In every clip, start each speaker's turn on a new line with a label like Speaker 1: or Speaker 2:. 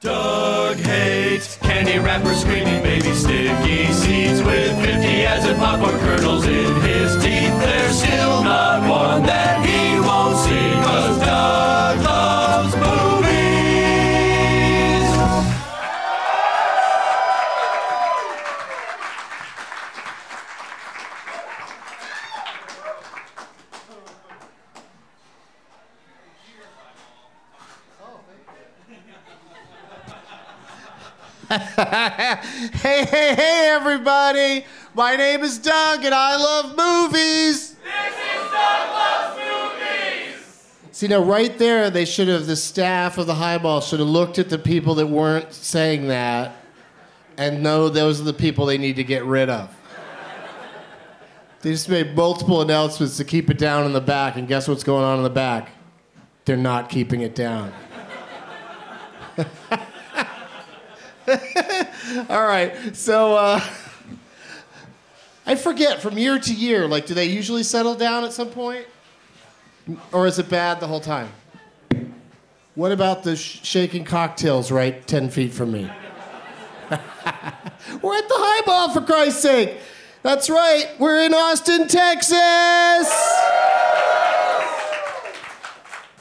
Speaker 1: Doug hates candy wrappers, screaming baby sticky seeds with 50 as and popcorn kernels in his teeth. There's still not one that he won't see, cause Doug loves movies.
Speaker 2: Hey, hey, hey, everybody! My name is Doug, and I love movies. This is Doug loves movies. See now, right there, they should have the staff of the Highball should have looked at the people that weren't saying that, and know those are the people they need to get rid of. they just made multiple announcements to keep it down in the back, and guess what's going on in the back? They're not keeping it down. All right. So uh, I forget from year to year, like, do they usually settle down at some point? Or is it bad the whole time? What about the sh- shaking cocktails right 10 feet from me? we're at the highball, for Christ's sake. That's right. We're in Austin, Texas.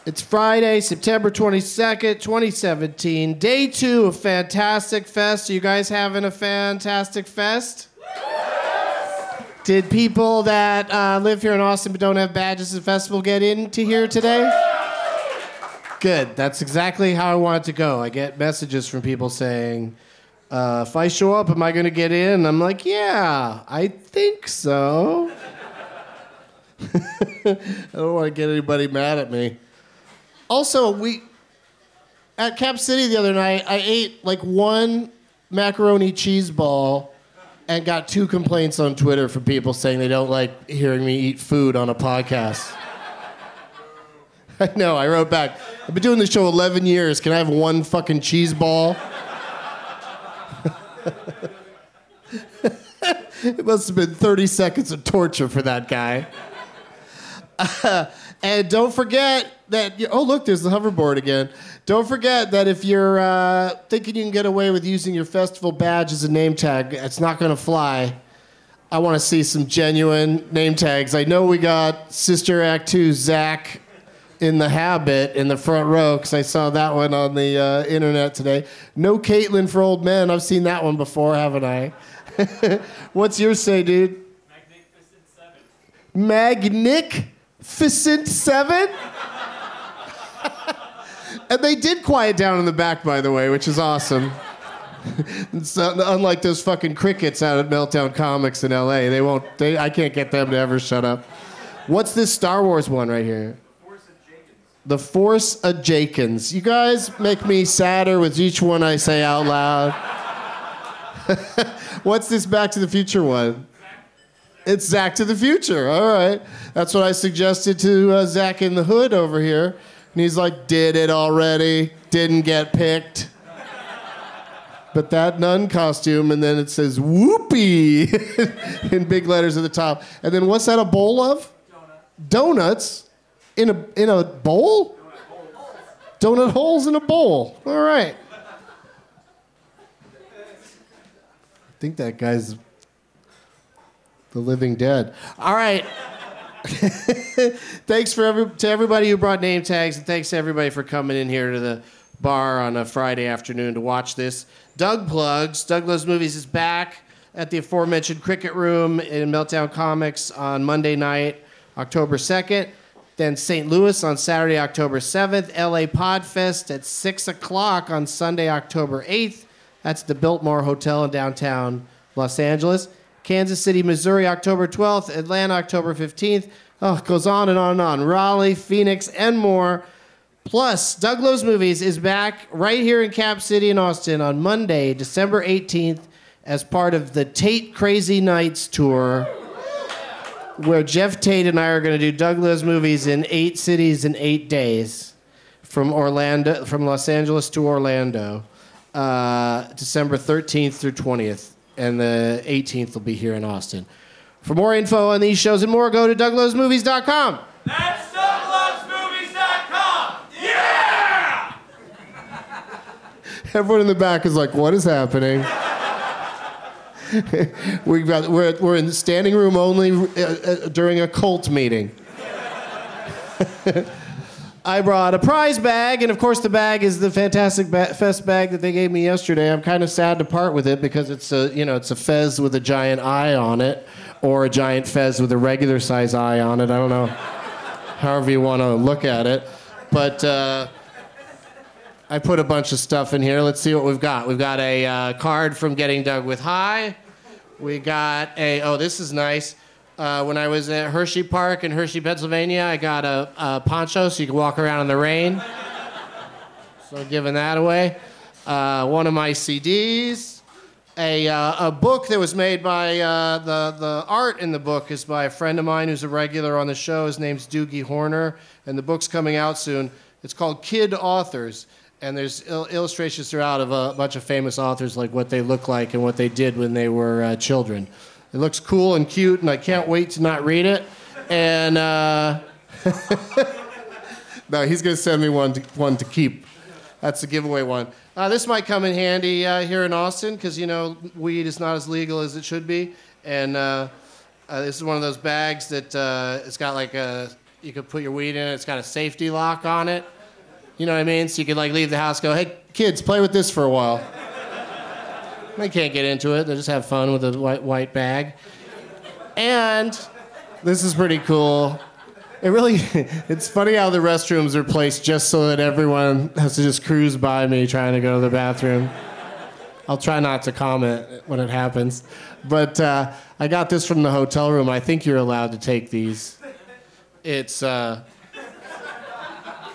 Speaker 2: It's Friday, September 22nd, 2017, day two of Fantastic Fest. Are you guys having a fantastic fest? Did people that uh, live here in Austin but don't have badges at the festival get into here today? Good. That's exactly how I want it to go. I get messages from people saying, uh, if I show up, am I going to get in? And I'm like, yeah, I think so. I don't want to get anybody mad at me. Also, we at Cap City the other night, I ate like one macaroni cheese ball and got two complaints on Twitter from people saying they don't like hearing me eat food on a podcast. I know, I wrote back. I've been doing this show 11 years. Can I have one fucking cheese ball? It must have been 30 seconds of torture for that guy. Uh, and don't forget that, you- oh, look, there's the hoverboard again. Don't forget that if you're uh, thinking you can get away with using your festival badge as a name tag, it's not going to fly. I want to see some genuine name tags. I know we got Sister Act 2 Zach in the habit in the front row because I saw that one on the uh, internet today. No Caitlin for old men. I've seen that one before, haven't I? What's your say, dude? Magnificent Seven. and they did quiet down in the back, by the way, which is awesome. It's not- unlike those fucking crickets out at Meltdown Comics in L.A. They won't. They, I can't get them to ever shut up. What's this Star Wars one right here? The Force Awakens. You guys make me sadder with each one I say out loud. What's this Back to the Future one? It's Zach to the Future. All right. That's what I suggested to uh, Zach in the Hood over here. And he's like, did it already, didn't get picked. But that nun costume, and then it says whoopee in big letters at the top. And then what's that a bowl of? Donuts in a, in a bowl? Donut holes in a bowl. All right. I think that guy's the living dead. All right. thanks for every, to everybody who brought name tags, and thanks to everybody for coming in here to the bar on a Friday afternoon to watch this. Doug plugs. Doug Loves Movies is back at the aforementioned Cricket Room in Meltdown Comics on Monday night, October 2nd. Then St. Louis on Saturday, October 7th. LA Podfest at 6 o'clock on Sunday, October 8th. That's the Biltmore Hotel in downtown Los Angeles. Kansas City, Missouri, October 12th. Atlanta, October 15th. Oh, it goes on and on and on. Raleigh, Phoenix, and more. Plus, Doug Loves Movies is back right here in Cap City in Austin on Monday, December 18th, as part of the Tate Crazy Nights tour where Jeff Tate and I are going to do Douglas movies in eight cities in eight days, from Orlando, from Los Angeles to Orlando, uh, December 13th through 20th, and the 18th will be here in Austin. For more info on these shows and more, go to douglasmovies.com.
Speaker 1: That's StuffLovesMovies.com! Yeah!
Speaker 2: Everyone in the back is like, "What is happening?" we got, we're we're in standing room only uh, uh, during a cult meeting. I brought a prize bag, and of course, the bag is the Fantastic ba- Fest bag that they gave me yesterday. I'm kind of sad to part with it because it's a you know it's a fez with a giant eye on it, or a giant fez with a regular size eye on it. I don't know, however you want to look at it, but. Uh, I put a bunch of stuff in here. Let's see what we've got. We've got a uh, card from Getting Dug with High. We got a, oh, this is nice. Uh, when I was at Hershey Park in Hershey, Pennsylvania, I got a, a poncho so you could walk around in the rain. So I'm giving that away. Uh, one of my CDs. A, uh, a book that was made by uh, the, the art in the book is by a friend of mine who's a regular on the show. His name's Doogie Horner, and the book's coming out soon. It's called Kid Authors, and there's il- illustrations throughout of a bunch of famous authors, like what they look like and what they did when they were uh, children. It looks cool and cute, and I can't wait to not read it. And uh, no, he's going to send me one to, one to keep. That's the giveaway one. Uh, this might come in handy uh, here in Austin because you know weed is not as legal as it should be, and uh, uh, this is one of those bags that uh, it's got like a you could put your weed in. it. It's got a safety lock on it. You know what I mean? So you could like leave the house, go, hey kids, play with this for a while. they can't get into it. They just have fun with a white white bag. And this is pretty cool. It really, it's funny how the restrooms are placed just so that everyone has to just cruise by me trying to go to the bathroom. I'll try not to comment when it happens. But uh, I got this from the hotel room. I think you're allowed to take these. It's uh,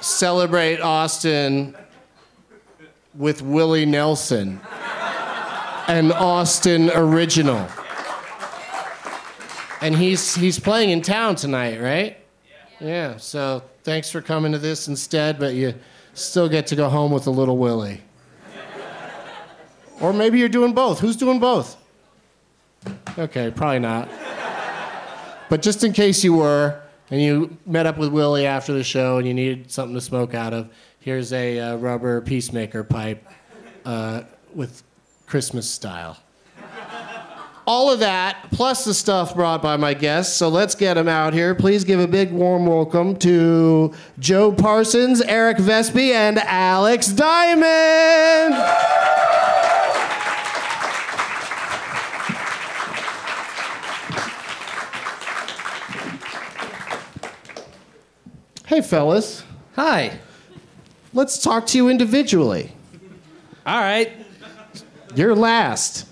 Speaker 2: Celebrate Austin with Willie Nelson, an Austin original. And he's, he's playing in town tonight, right? Yeah, so thanks for coming to this instead, but you still get to go home with a little Willie. Or maybe you're doing both. Who's doing both? Okay, probably not. But just in case you were, and you met up with Willie after the show and you needed something to smoke out of, here's a uh, rubber peacemaker pipe uh, with Christmas style. All of that, plus the stuff brought by my guests. So let's get them out here. Please give a big warm welcome to Joe Parsons, Eric Vespi, and Alex Diamond. Hey, fellas,
Speaker 3: Hi.
Speaker 2: let's talk to you individually.
Speaker 3: All right.
Speaker 2: You're last.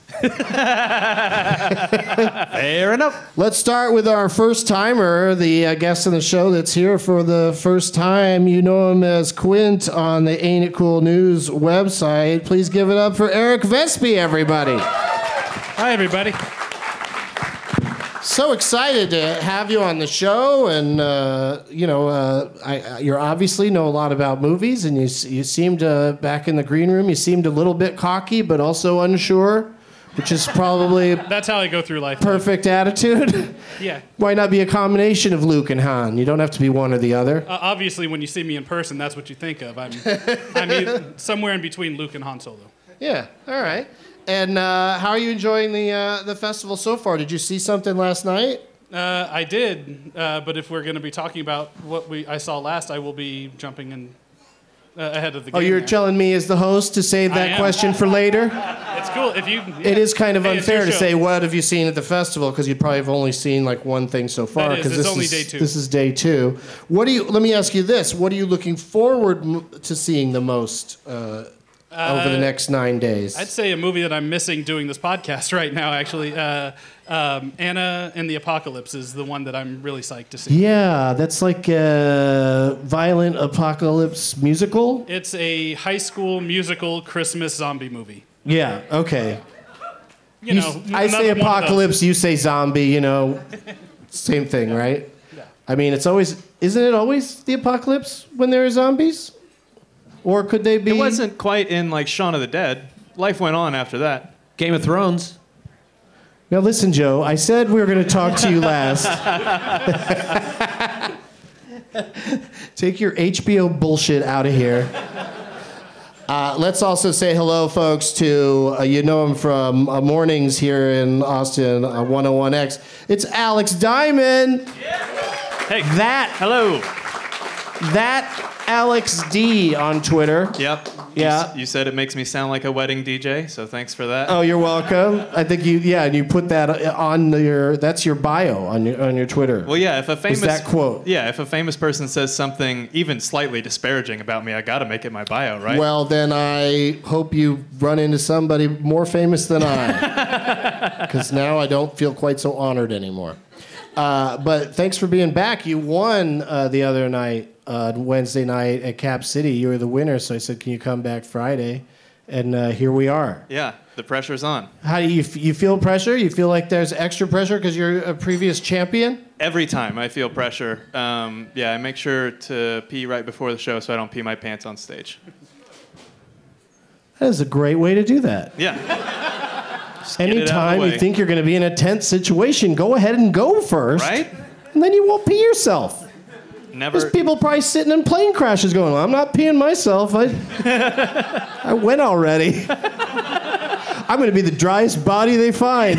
Speaker 3: Fair enough.
Speaker 2: Let's start with our first timer, the uh, guest on the show that's here for the first time. You know him as Quint on the Ain't It Cool News website. Please give it up for Eric Vespi, everybody.
Speaker 3: Hi, everybody.
Speaker 2: So excited to have you on the show, and uh, you know, uh, I, I, you're obviously know a lot about movies, and you s- you seemed uh, back in the green room. You seemed a little bit cocky, but also unsure, which is probably
Speaker 4: That's how I go through life.
Speaker 2: perfect attitude.
Speaker 4: Yeah.
Speaker 2: Why not be a combination of Luke and Han? You don't have to be one or the other.
Speaker 4: Uh, obviously, when you see me in person, that's what you think of. I'm, I'm either- somewhere in between Luke and Han Solo.
Speaker 2: Yeah. All right. And uh, how are you enjoying the uh, the festival so far? Did you see something last night?
Speaker 4: Uh, I did, uh, but if we're going to be talking about what we I saw last, I will be jumping in uh, ahead of the
Speaker 2: Oh,
Speaker 4: game.
Speaker 2: you're
Speaker 4: there.
Speaker 2: telling me as the host to save
Speaker 4: I
Speaker 2: that
Speaker 4: am.
Speaker 2: question for later?
Speaker 4: It's cool if you.
Speaker 2: It is kind of
Speaker 4: Hey, it's your
Speaker 2: unfair to
Speaker 4: show.
Speaker 2: say what have you seen at the festival because you'd probably have only seen like one thing so far.
Speaker 4: That is,
Speaker 2: 'cause
Speaker 4: it's
Speaker 2: this
Speaker 4: only
Speaker 2: is,
Speaker 4: day two.
Speaker 2: This is day two. What do you? Let me ask you this: What are you looking forward m- to seeing the most uh, over the next nine days?
Speaker 4: I'd say a movie that I'm missing doing this podcast right now. Actually, uh, um, Anna and the Apocalypse is the one that I'm really psyched to see.
Speaker 2: Yeah, that's like a violent apocalypse musical.
Speaker 4: It's a high school musical Christmas zombie movie.
Speaker 2: Yeah, okay.
Speaker 4: You know,
Speaker 2: I say
Speaker 4: another one of those.
Speaker 2: apocalypse, you say zombie, you know, same thing, right? I mean, it's always, isn't it always the apocalypse when there are zombies? Or could they be?
Speaker 5: It wasn't quite in like Shaun of the Dead. Life went on after that.
Speaker 3: Game of Thrones.
Speaker 2: Now listen, Joe, I said we were going to talk to you last. Take your HBO bullshit out of here. Uh, let's also say hello, folks, to uh, you know him from uh, Mornings here in Austin, uh, 101X. It's Alex Diamond.
Speaker 5: Hey.
Speaker 2: That,
Speaker 5: Hello.
Speaker 2: that Alex D on Twitter.
Speaker 5: Yep.
Speaker 2: Yeah.
Speaker 5: You, s- you said it makes me sound like a wedding DJ, so thanks for that.
Speaker 2: Oh, you're welcome. I think you, yeah, and you put that uh, on your, that's your bio on your, on your Twitter.
Speaker 5: Well, yeah. If a famous
Speaker 2: that quote.
Speaker 5: Yeah. If a famous person says something even slightly disparaging about me, I gotta make it my bio, right?
Speaker 2: Well, then I hope you run into somebody more famous than I, because now I don't feel quite so honored anymore. Uh, but thanks for being back. You won uh, the other night, uh, Wednesday night at Cap City. You were the winner, so I said, "Can you come back Friday?" And uh, here we are.
Speaker 5: yeah. The pressure's on.
Speaker 2: How do you f- you feel pressure? You feel like there's extra pressure because you're a previous champion?
Speaker 5: Every time I feel pressure, um, yeah, I make sure to pee right before the show so I don't pee my pants on stage.
Speaker 2: That is a great way to do that.
Speaker 5: Yeah. get it out of the
Speaker 2: Anytime you
Speaker 5: way.
Speaker 2: think you're going to be in a tense situation, go ahead and go first.
Speaker 5: Right?
Speaker 2: And then you won't pee yourself. There's
Speaker 5: Never.
Speaker 2: people probably sitting in plane crashes going, well, I'm not peeing myself. I, I went already. I'm going to be the driest body they find.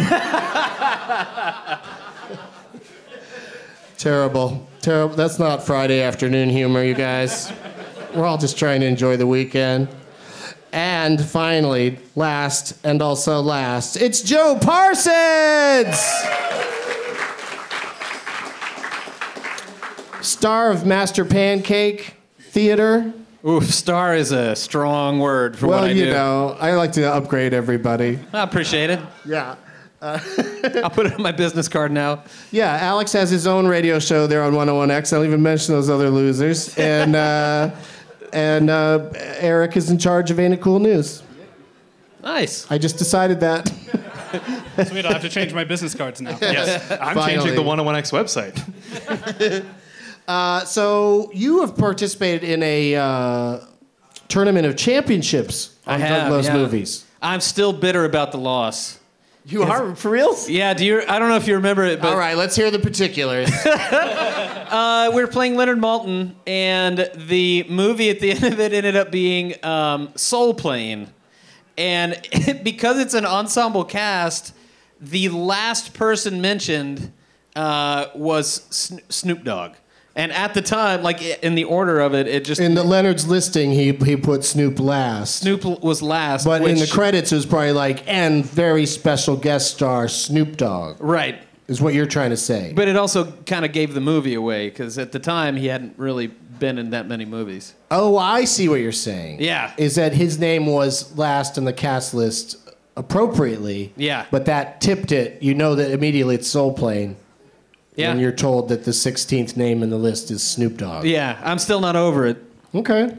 Speaker 2: Terrible. Terrible. That's not Friday afternoon humor, you guys. We're all just trying to enjoy the weekend. And finally, last and also last, it's Joe Parsons! Star of Master Pancake Theater.
Speaker 3: Oof, star is a strong word for
Speaker 2: Well,
Speaker 3: what I
Speaker 2: you
Speaker 3: do.
Speaker 2: know, I like to upgrade everybody.
Speaker 3: I appreciate it.
Speaker 2: Yeah.
Speaker 3: I'll put it on my business card now.
Speaker 2: Yeah, Alex has his own radio show there on 101X. I don't even mention those other losers. And uh, and uh, Eric is in charge of Ain't It Cool News.
Speaker 3: Nice.
Speaker 2: I just decided that.
Speaker 4: Sweet, I'll have to change my business cards now.
Speaker 5: Yes. I'm
Speaker 2: Finally.
Speaker 5: changing the 101X website.
Speaker 2: Uh, so you have participated in a uh, tournament of championships on
Speaker 3: have,
Speaker 2: Douglas
Speaker 3: yeah.
Speaker 2: movies.
Speaker 3: I'm still bitter about the loss.
Speaker 2: You are for reals?
Speaker 3: Yeah, do you? I don't know if you remember it, but
Speaker 6: All right, let's hear the particulars.
Speaker 3: uh, we were playing Leonard Malton, and the movie at the end of it ended up being um, Soul Plane. And because it's an ensemble cast, the last person mentioned uh, was Sno- Snoop Dogg. And at the time, like i- in the order of it, it just
Speaker 2: In the Leonard's listing, he he put Snoop last.
Speaker 3: Snoop was last.
Speaker 2: But in the
Speaker 3: which-
Speaker 2: credits, it was probably like, and very special guest star Snoop Dogg,
Speaker 3: right?
Speaker 2: is what you're trying to say.
Speaker 3: But it also kind of gave the movie away because at the time he hadn't really been in that many movies.
Speaker 2: oh, I see what you're saying.
Speaker 3: Yeah.
Speaker 2: Is that his name was last in the cast list appropriately.
Speaker 3: Yeah.
Speaker 2: But that tipped it. You know that immediately it's Soul Plane.
Speaker 3: Yeah,
Speaker 2: And you're told that the 16th name in the list is Snoop Dogg.
Speaker 3: yeah. I'm still not over it.
Speaker 2: Okay.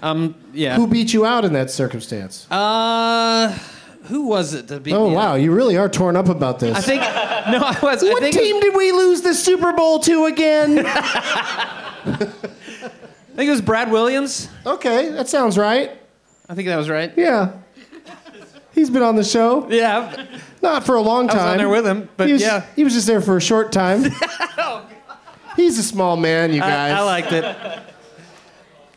Speaker 3: Um, yeah.
Speaker 2: Who beat you out in that circumstance?
Speaker 3: Uh, who was it to be?
Speaker 2: oh, wow. You really are torn up about this.
Speaker 3: I think no, I was. I
Speaker 2: what
Speaker 3: think
Speaker 2: team did we lose the Super Bowl to again?
Speaker 3: I think it was Brad Williams.
Speaker 2: okay. That sounds right.
Speaker 3: I think that was right.
Speaker 2: Yeah. He's been on the show.
Speaker 3: Yeah,
Speaker 2: Not for a long
Speaker 3: I
Speaker 2: time.
Speaker 3: was on there with him, but
Speaker 2: he was,
Speaker 3: yeah,
Speaker 2: He was just there for a short time. Oh, He's a small man, you
Speaker 3: I,
Speaker 2: guys.
Speaker 3: I liked it.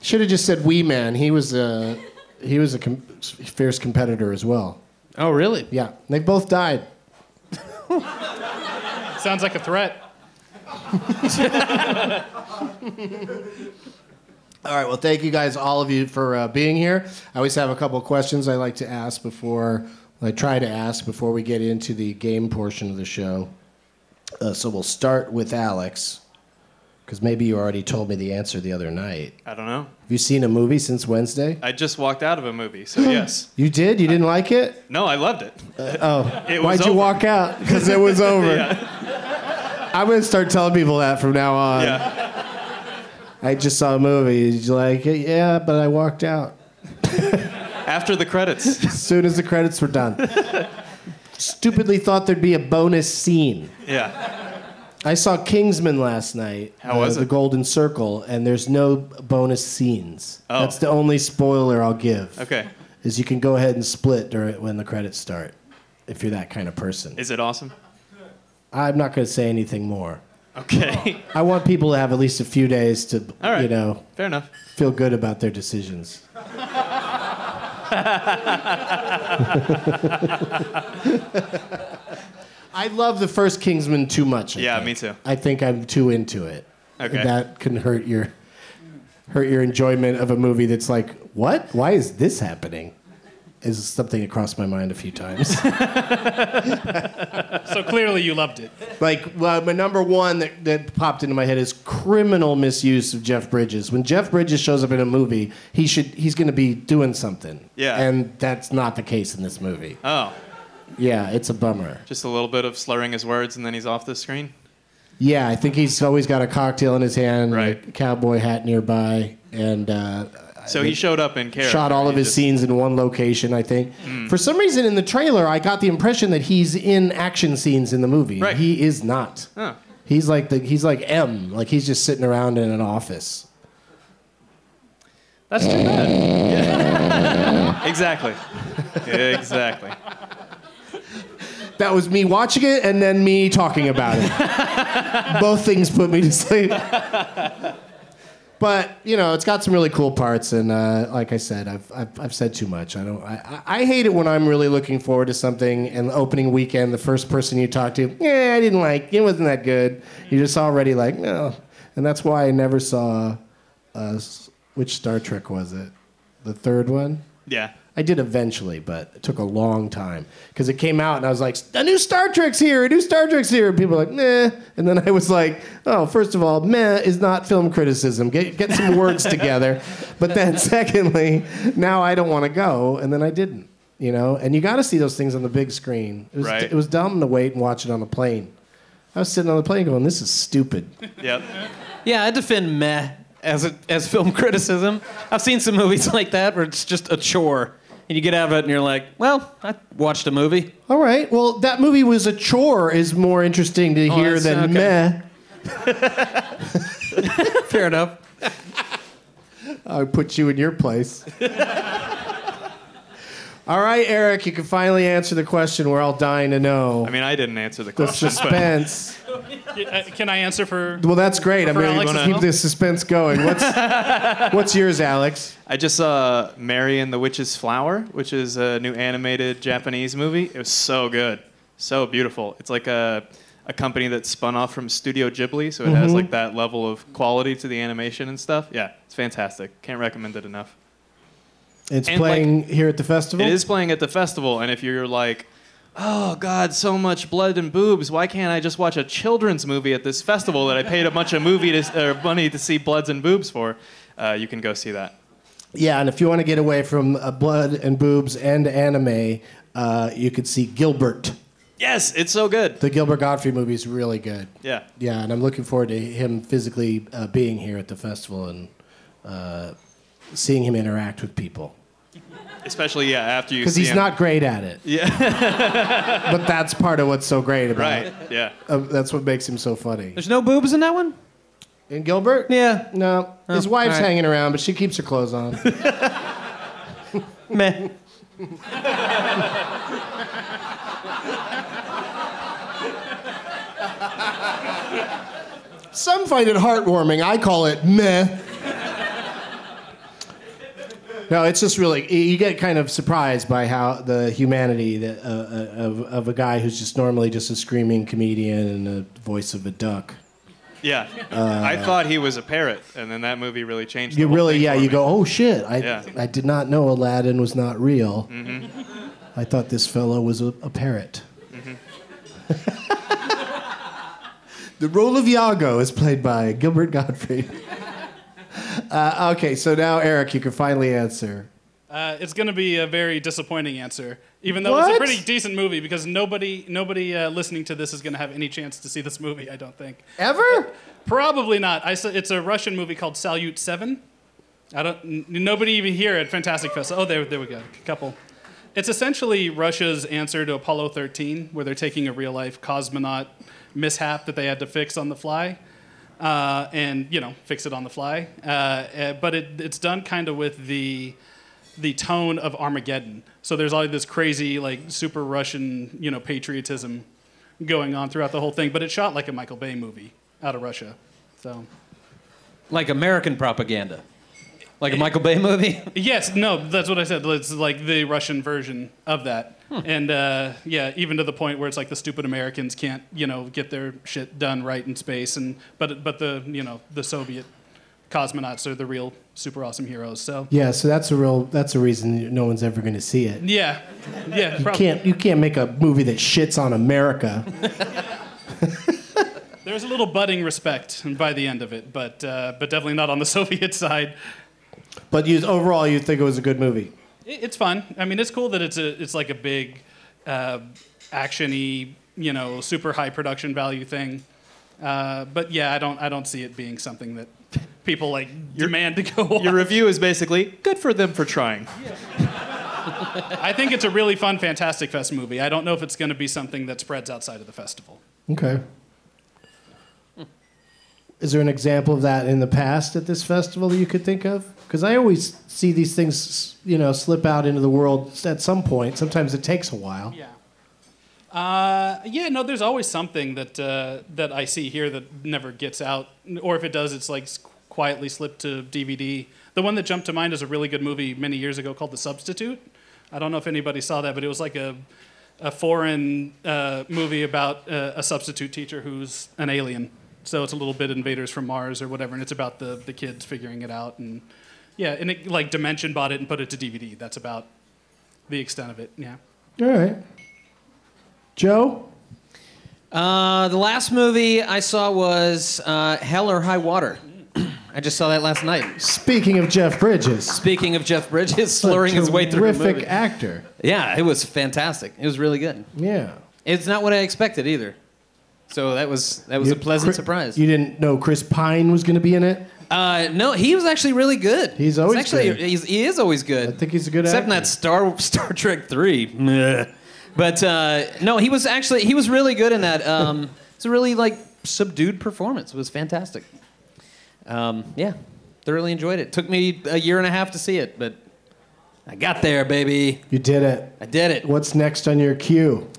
Speaker 2: Should have just said wee man. He was a he was a com- fierce competitor as well.
Speaker 3: Oh, really?
Speaker 2: Yeah. They both died.
Speaker 4: Sounds like a threat.
Speaker 2: All right. Well, thank you guys, all of you, for uh, being here. I always have a couple of questions I like to ask before I try to ask before we get into the game portion of the show. Uh, so we'll start with Alex, because maybe you already told me the answer the other night.
Speaker 5: I don't know.
Speaker 2: Have you seen a movie since Wednesday?
Speaker 5: I just walked out of a movie, so yes.
Speaker 2: You did. You didn't like it.
Speaker 5: No, I loved it.
Speaker 2: Oh,
Speaker 5: It
Speaker 2: why'd
Speaker 5: was
Speaker 2: you
Speaker 5: over.
Speaker 2: walk out? Because it was over. I'm gonna start telling people that from now on.
Speaker 5: Yeah.
Speaker 2: I just saw a movie. Did you like it? Yeah, but I walked out
Speaker 5: After the credits.
Speaker 2: as soon as the credits were done. Stupidly thought there'd be a bonus scene.
Speaker 5: Yeah.
Speaker 2: I saw Kingsman last night. uh,
Speaker 5: How was
Speaker 2: The
Speaker 5: it?
Speaker 2: Golden Circle, and there's no bonus scenes.
Speaker 5: Oh.
Speaker 2: That's the only spoiler I'll give.
Speaker 5: Okay.
Speaker 2: Is you can go ahead and split during when the credits start, if you're that kind of person.
Speaker 5: Is it awesome?
Speaker 2: I'm not gonna say anything more.
Speaker 5: Okay.
Speaker 2: I want people to have at least a few days to,
Speaker 5: All right.
Speaker 2: you know,
Speaker 5: Fair enough.
Speaker 2: feel good about their decisions. I love the first Kingsman too much. I
Speaker 5: Yeah,
Speaker 2: think.
Speaker 5: me too.
Speaker 2: I think I'm too into it.
Speaker 5: Okay.
Speaker 2: That can hurt your hurt your enjoyment of a movie that's like, what? Why is this happening? Is something that crossed my mind a few times.
Speaker 4: So clearly you loved it.
Speaker 2: Like well, my number one that, that popped into my head is criminal misuse of Jeff Bridges. When Jeff Bridges shows up in a movie, he should he's going to be doing something.
Speaker 5: Yeah.
Speaker 2: and that's not the case in this movie.
Speaker 5: Oh,
Speaker 2: Yeah, it's a bummer.
Speaker 5: just a little bit of slurring his words and then he's off the screen?
Speaker 2: Yeah, I think he's always got a cocktail in his hand,
Speaker 5: Right.
Speaker 2: a cowboy hat nearby, and uh,
Speaker 5: So he showed up in character.
Speaker 2: shot all of
Speaker 5: He
Speaker 2: his
Speaker 5: just- Mm.
Speaker 2: scenes in one location. I think. For some reason, in the trailer, I got the impression that he's in action scenes in the movie.
Speaker 5: Right.
Speaker 2: He is not.
Speaker 5: Huh.
Speaker 2: He's like the he's like M, like he's just sitting around in an office.
Speaker 5: That's too bad. Yeah. exactly. Exactly.
Speaker 2: That was me watching it and then me talking about it. Both things put me to sleep. But you know, it's got some really cool parts, and uh, like I said, I've, I've I've said too much. I don't. I, I I hate it when I'm really looking forward to something, and the opening weekend, the first person you talk to, yeah, I didn't like. It wasn't that good. You're just already like, no, and that's why I never saw. Uh, s- which Star Trek was it? The third one.
Speaker 5: Yeah.
Speaker 2: I did eventually, but it took a long time because it came out and I was like, a new Star Trek's here, a new Star Trek's here. And people were like, meh. And then I was like, oh, first of all, meh is not film criticism. Get, get some words together. But then, secondly, now I don't want to go. And then I didn't, you know? And you got to see those things on the big screen. It was,
Speaker 5: Right.
Speaker 2: it was dumb to wait and watch it on a plane. I was sitting on the plane going, this is stupid.
Speaker 5: Yep.
Speaker 3: Yeah, I defend meh as a, as film criticism. I've seen some movies like that where it's just a chore, and you get out of it and you're like, well, I watched a movie.
Speaker 2: All right. Well, that movie was a chore, is more interesting to hear
Speaker 3: Oh, that's-
Speaker 2: than
Speaker 3: okay.
Speaker 2: meh.
Speaker 3: Fair enough.
Speaker 2: I would put you in your place. All right, Eric, you can finally answer the question we're all dying to know.
Speaker 5: I mean, I didn't answer the
Speaker 2: the
Speaker 5: question. But
Speaker 2: suspense.
Speaker 4: Uh, Can I answer for?
Speaker 2: well, that's great. I
Speaker 4: For
Speaker 2: mean,
Speaker 4: Alex
Speaker 2: let's
Speaker 4: as
Speaker 2: keep
Speaker 4: well?
Speaker 2: the suspense going. What's what's yours, Alex?
Speaker 5: I just saw Mary and the Witch's Flower, which is a new animated Japanese movie. It was so good, so beautiful. It's like a a company that spun off from Studio Ghibli, so it has like that level of quality to the animation and stuff. Yeah, it's fantastic. Can't recommend it enough.
Speaker 2: It's
Speaker 5: And,
Speaker 2: playing here at the festival.
Speaker 5: It is playing at the festival, and if you're like, oh God, so much blood and boobs, why can't I just watch a children's movie at this festival that I paid a bunch of movie to, or money to see bloods and boobs for? Uh, you can go see that.
Speaker 2: Yeah, and if you want to get away from uh, blood and boobs and anime, uh, you could see Gilbert.
Speaker 5: Yes, it's so good.
Speaker 2: The Gilbert Godfrey movie is really good.
Speaker 5: Yeah.
Speaker 2: Yeah, and I'm looking forward to him physically uh, being here at the festival and uh, seeing him interact with people.
Speaker 5: Especially yeah, after you
Speaker 2: Because
Speaker 5: see
Speaker 2: he's
Speaker 5: him.
Speaker 2: not great at it. Yeah. but that's part of what's so great about
Speaker 5: right.
Speaker 2: it.
Speaker 5: Yeah.
Speaker 2: Uh, that's what makes him so funny.
Speaker 3: There's no boobs in that one?
Speaker 2: And Gilbert?
Speaker 3: Yeah.
Speaker 2: No. His wife's
Speaker 3: all right.
Speaker 2: hanging around, but she keeps her clothes on.
Speaker 3: Meh.
Speaker 2: Some find it heartwarming. I call it meh. No, it's just really you get kind of surprised by how the humanity that, uh, uh, of of a guy who's just normally just a screaming comedian and a voice of a duck.
Speaker 5: Yeah. I thought he was a parrot, and then that movie really changed.
Speaker 2: Uh,
Speaker 5: the
Speaker 2: You
Speaker 5: whole
Speaker 2: really,
Speaker 5: thing
Speaker 2: yeah,
Speaker 5: for
Speaker 2: you
Speaker 5: me.
Speaker 2: go, oh shit! I
Speaker 5: Yeah.
Speaker 2: I did not know Aladdin was not real. I thought this fellow was a, a parrot. the role of Iago is played by Gilbert Gottfried. Uh, okay, so now Eric, you can finally answer.
Speaker 4: Uh, it's going to be a very disappointing answer, even though it's
Speaker 2: What?
Speaker 4: a pretty decent movie. Because nobody, nobody uh, listening to this is going to have any chance to see this movie. I don't think.
Speaker 2: Ever?
Speaker 4: Probably not. I s it's a Russian movie called Salyut 7. I don't, n- nobody even here at Fantastic Fest. Oh, there, there we go. A couple. It's essentially Russia's answer to Apollo 13, where they're taking a real life cosmonaut mishap that they had to fix on the fly. Uh, and, you know, fix it on the fly. Uh, uh, but it, it's done kind of with the the tone of Armageddon. So there's all this crazy, like, super Russian, you know, patriotism going on throughout the whole thing. But it's shot like a Michael Bay movie out of Russia. So
Speaker 3: Like American propaganda. Like a Michael Bay movie?
Speaker 4: yes, no, that's what I said. It's like the Russian version of that.
Speaker 2: Hmm.
Speaker 4: And uh, yeah, even to the point where it's like the stupid Americans can't, you know, get their shit done right in space. And but but the you know the Soviet cosmonauts are the real super awesome heroes. So
Speaker 2: Yeah, so that's a real. That's a reason that no one's ever going to see it. You
Speaker 4: yeah, yeah, probably.
Speaker 2: can't. You can't make a movie that shits on America.
Speaker 4: There's a little budding respect by the end of it, but uh, but definitely not on the Soviet side.
Speaker 2: But you, overall, you think it was a good movie.
Speaker 4: It- It's fun. I mean, it's cool that it's a it's like a big, uh, actiony, you know, super high production value thing. Uh, but yeah, I don't I don't see it being something that people like demand to go.
Speaker 5: Your
Speaker 4: Watch.
Speaker 5: review is basically good for them for trying.
Speaker 4: I think it's a really fun, fantastic fest movie. I don't know if it's going to be something that spreads outside of the festival.
Speaker 2: Okay. Is there an example of that in the past at this festival that you could think of? Because I always see these things, you know, slip out into the world at some point. Sometimes it takes a while.
Speaker 4: Yeah. Uh, yeah, no, there's always something that uh, that I see here that never gets out, or if it does, it's like s- quietly slipped to DVD. The one that jumped to mind is a really good movie many years ago called The Substitute. I don't know if anybody saw that, but it was like a a foreign uh, movie about uh, a substitute teacher who's an alien. So it's a little bit Invaders from Mars or whatever, and it's about the the kids figuring it out and yeah, and it, like Dimension bought it and put it to DVD. That's about the extent of it. Yeah.
Speaker 2: All right. Joe?
Speaker 3: Uh, the last movie I saw was uh, Hell or High Water. I just saw that last night.
Speaker 2: Speaking of Jeff Bridges,
Speaker 3: Speaking of Jeff Bridges slurring his way through a
Speaker 2: terrific
Speaker 3: movie.
Speaker 2: actor.
Speaker 3: Yeah, it was fantastic. It was really good.
Speaker 2: Yeah.
Speaker 3: It's not what I expected either. So that was that was a
Speaker 2: You-
Speaker 3: pleasant
Speaker 2: Chri-
Speaker 3: surprise.
Speaker 2: You didn't know Chris Pine was going to be in it?
Speaker 3: Uh, no, he was actually really good.
Speaker 2: He's always
Speaker 3: actually
Speaker 2: good.
Speaker 3: He's, he is always good. I
Speaker 2: think he's a good
Speaker 3: except in
Speaker 2: actor.
Speaker 3: that Star Star Trek three. Meh. but uh, no, he was actually he was really good in that. Um, it's a really like subdued performance. It was fantastic. Um, yeah, thoroughly enjoyed it. Took me a year and a half to see it, but I got there, baby.
Speaker 2: You did it.
Speaker 3: I did it.
Speaker 2: What's next on your queue?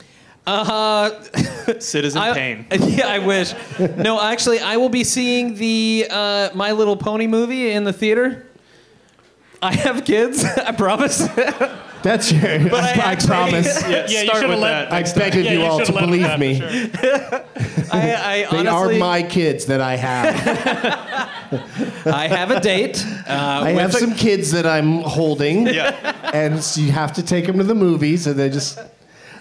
Speaker 3: Uh,
Speaker 5: Citizen
Speaker 3: I,
Speaker 5: Kane.
Speaker 3: Yeah, I wish. no, actually, I will be seeing the uh, My Little Pony movie in the theater. I have kids. I promise.
Speaker 2: That's your.
Speaker 3: I
Speaker 2: I,
Speaker 3: actually-
Speaker 2: promise.
Speaker 5: Yeah,
Speaker 4: you
Speaker 5: start
Speaker 4: should've
Speaker 5: with
Speaker 4: let-
Speaker 5: that.
Speaker 2: I expected
Speaker 4: Yeah,
Speaker 2: you,
Speaker 4: you
Speaker 2: all to
Speaker 4: should've let me
Speaker 2: believe
Speaker 4: have
Speaker 2: me.
Speaker 4: for sure.
Speaker 3: I, I
Speaker 2: They
Speaker 3: honestly,
Speaker 2: are my kids that I have.
Speaker 3: I have a date. Uh,
Speaker 2: I have some kids that I'm holding,
Speaker 5: yeah.
Speaker 2: and so you have to take them to the movies, and they just.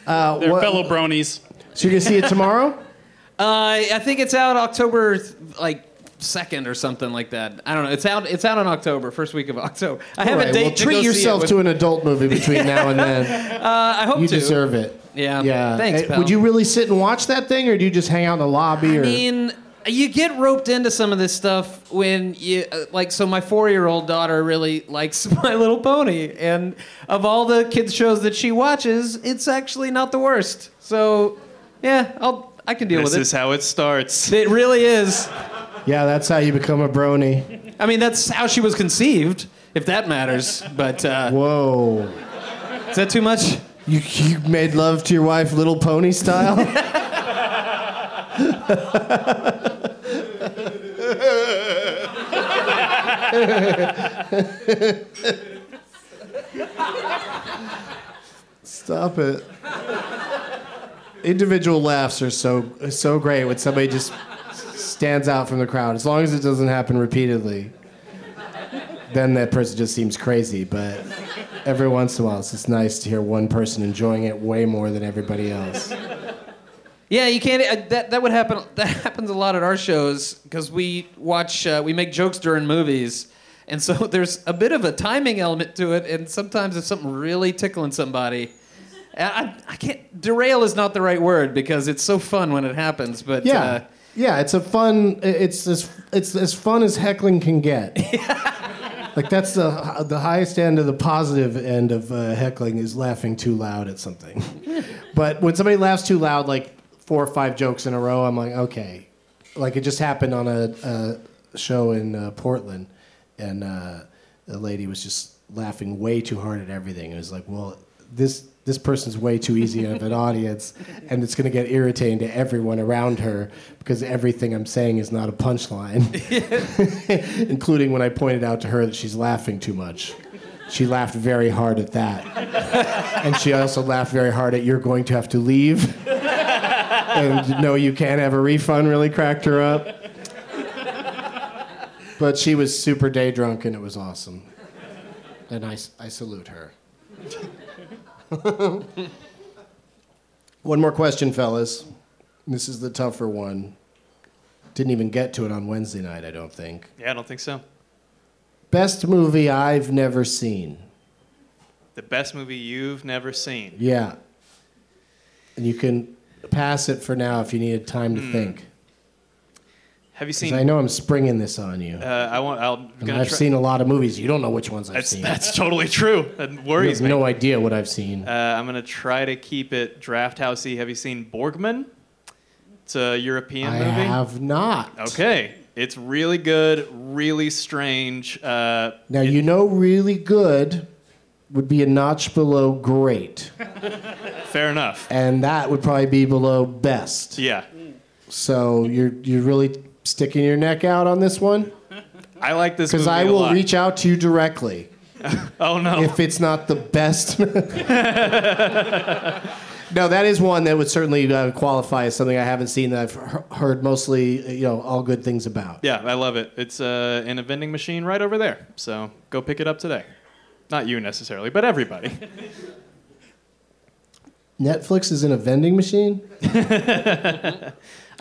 Speaker 2: Uh,
Speaker 4: They're
Speaker 2: what-
Speaker 4: fellow bronies.
Speaker 2: so you're gonna see it tomorrow?
Speaker 3: Uh, I think it's out October like second or something like that. I don't know. It's out. It's out in October, first week of October. I have
Speaker 2: All
Speaker 3: a
Speaker 2: right,
Speaker 3: date.
Speaker 2: well,
Speaker 3: to
Speaker 2: treat
Speaker 3: go see it
Speaker 2: yourself
Speaker 3: with-
Speaker 2: to an adult movie between now and then.
Speaker 3: I hope
Speaker 2: You
Speaker 3: to.
Speaker 2: deserve it.
Speaker 3: Yeah.
Speaker 2: Yeah.
Speaker 3: Thanks,
Speaker 2: Hey,
Speaker 3: pal.
Speaker 2: Would you really sit and watch that thing, or do you just hang out in the lobby?
Speaker 3: I
Speaker 2: or
Speaker 3: mean, you get roped into some of this stuff when you uh, like. So my four-year-old daughter really likes My Little Pony, and of all the kids shows that she watches, it's actually not the worst. So, yeah, I'll I can deal
Speaker 5: This
Speaker 3: with
Speaker 5: is how it starts.
Speaker 3: it. It really is.
Speaker 2: yeah, that's how you become a brony.
Speaker 3: I mean, that's how she was conceived, if that matters. But uh,
Speaker 2: Whoa.
Speaker 3: is that too much?
Speaker 2: You, you made love to your wife, Little Pony style. Stop it. Individual laughs are so so great when somebody just stands out from the crowd. As long as it doesn't happen repeatedly, then that person just seems crazy. But every once in a while, it's just nice to hear one person enjoying it way more than everybody else.
Speaker 3: Yeah, you can't. Uh, that that would happen. That happens a lot at our shows because we watch, uh, we make jokes during movies, and so there's a bit of a timing element to it. And sometimes if something really tickling somebody, and I, I can't. Derail is not the right word because it's so fun when it happens. But
Speaker 2: Yeah.
Speaker 3: uh,
Speaker 2: yeah, it's a fun. It's as it's as fun as heckling can get. like that's the the highest end of the positive end of uh, heckling is laughing too loud at something. but when somebody laughs too loud, like four or five jokes in a row, I'm like, okay. Like it just happened on a, a show in uh, Portland, and uh, a lady was just laughing way too hard at everything. It was like, well, this this person's way too easy of an audience, and it's going to get irritating to everyone around her because everything I'm saying is not a punchline. including when I pointed out to her that she's laughing too much. She laughed very hard at that. and she also laughed very hard at you're going to have to leave. and no, you can't have a refund really cracked her up. But she was super day drunk and it was awesome. And I, s- I salute her. one more question, fellas. This is the tougher one. Didn't even get to it on Wednesday night, I don't think.
Speaker 5: Yeah, I don't think so.
Speaker 2: Best movie I've never seen.
Speaker 5: The best movie you've never seen.
Speaker 2: Yeah. And you can pass it for now if you needed time to think.
Speaker 5: Have you
Speaker 2: 'Cause
Speaker 5: Hmm. seen?
Speaker 2: I know I'm springing this on you.
Speaker 5: Uh, I want. I'm
Speaker 2: And
Speaker 5: gonna
Speaker 2: I've
Speaker 5: try-
Speaker 2: seen a lot of movies. You don't know which ones I've
Speaker 5: That's
Speaker 2: seen.
Speaker 5: that's totally true. That
Speaker 2: you
Speaker 5: worries
Speaker 2: have
Speaker 5: me.
Speaker 2: no idea what I've seen.
Speaker 5: Uh, I'm gonna try to keep it draft housey. Have you seen Borgman? It's a European
Speaker 2: I
Speaker 5: movie.
Speaker 2: have not.
Speaker 5: Okay, it's really good, really strange. Uh,
Speaker 2: Now, you know, really good would be a notch below great,
Speaker 5: fair enough.
Speaker 2: and that would probably be below best.
Speaker 5: Yeah,
Speaker 2: So you're, you're really sticking your neck out on this one?
Speaker 5: I like this
Speaker 2: Because
Speaker 5: movie
Speaker 2: I
Speaker 5: a
Speaker 2: will
Speaker 5: lot.
Speaker 2: reach out to you directly.
Speaker 5: Oh no!
Speaker 2: if it's not the best. no, that is one that would certainly uh, qualify as something I haven't seen that I've he- heard mostly, you know, all good things about.
Speaker 5: yeah, I love it. It's uh, in a vending machine right over there. So go pick it up today. Not you necessarily, but everybody.
Speaker 2: Netflix is in a vending machine
Speaker 5: I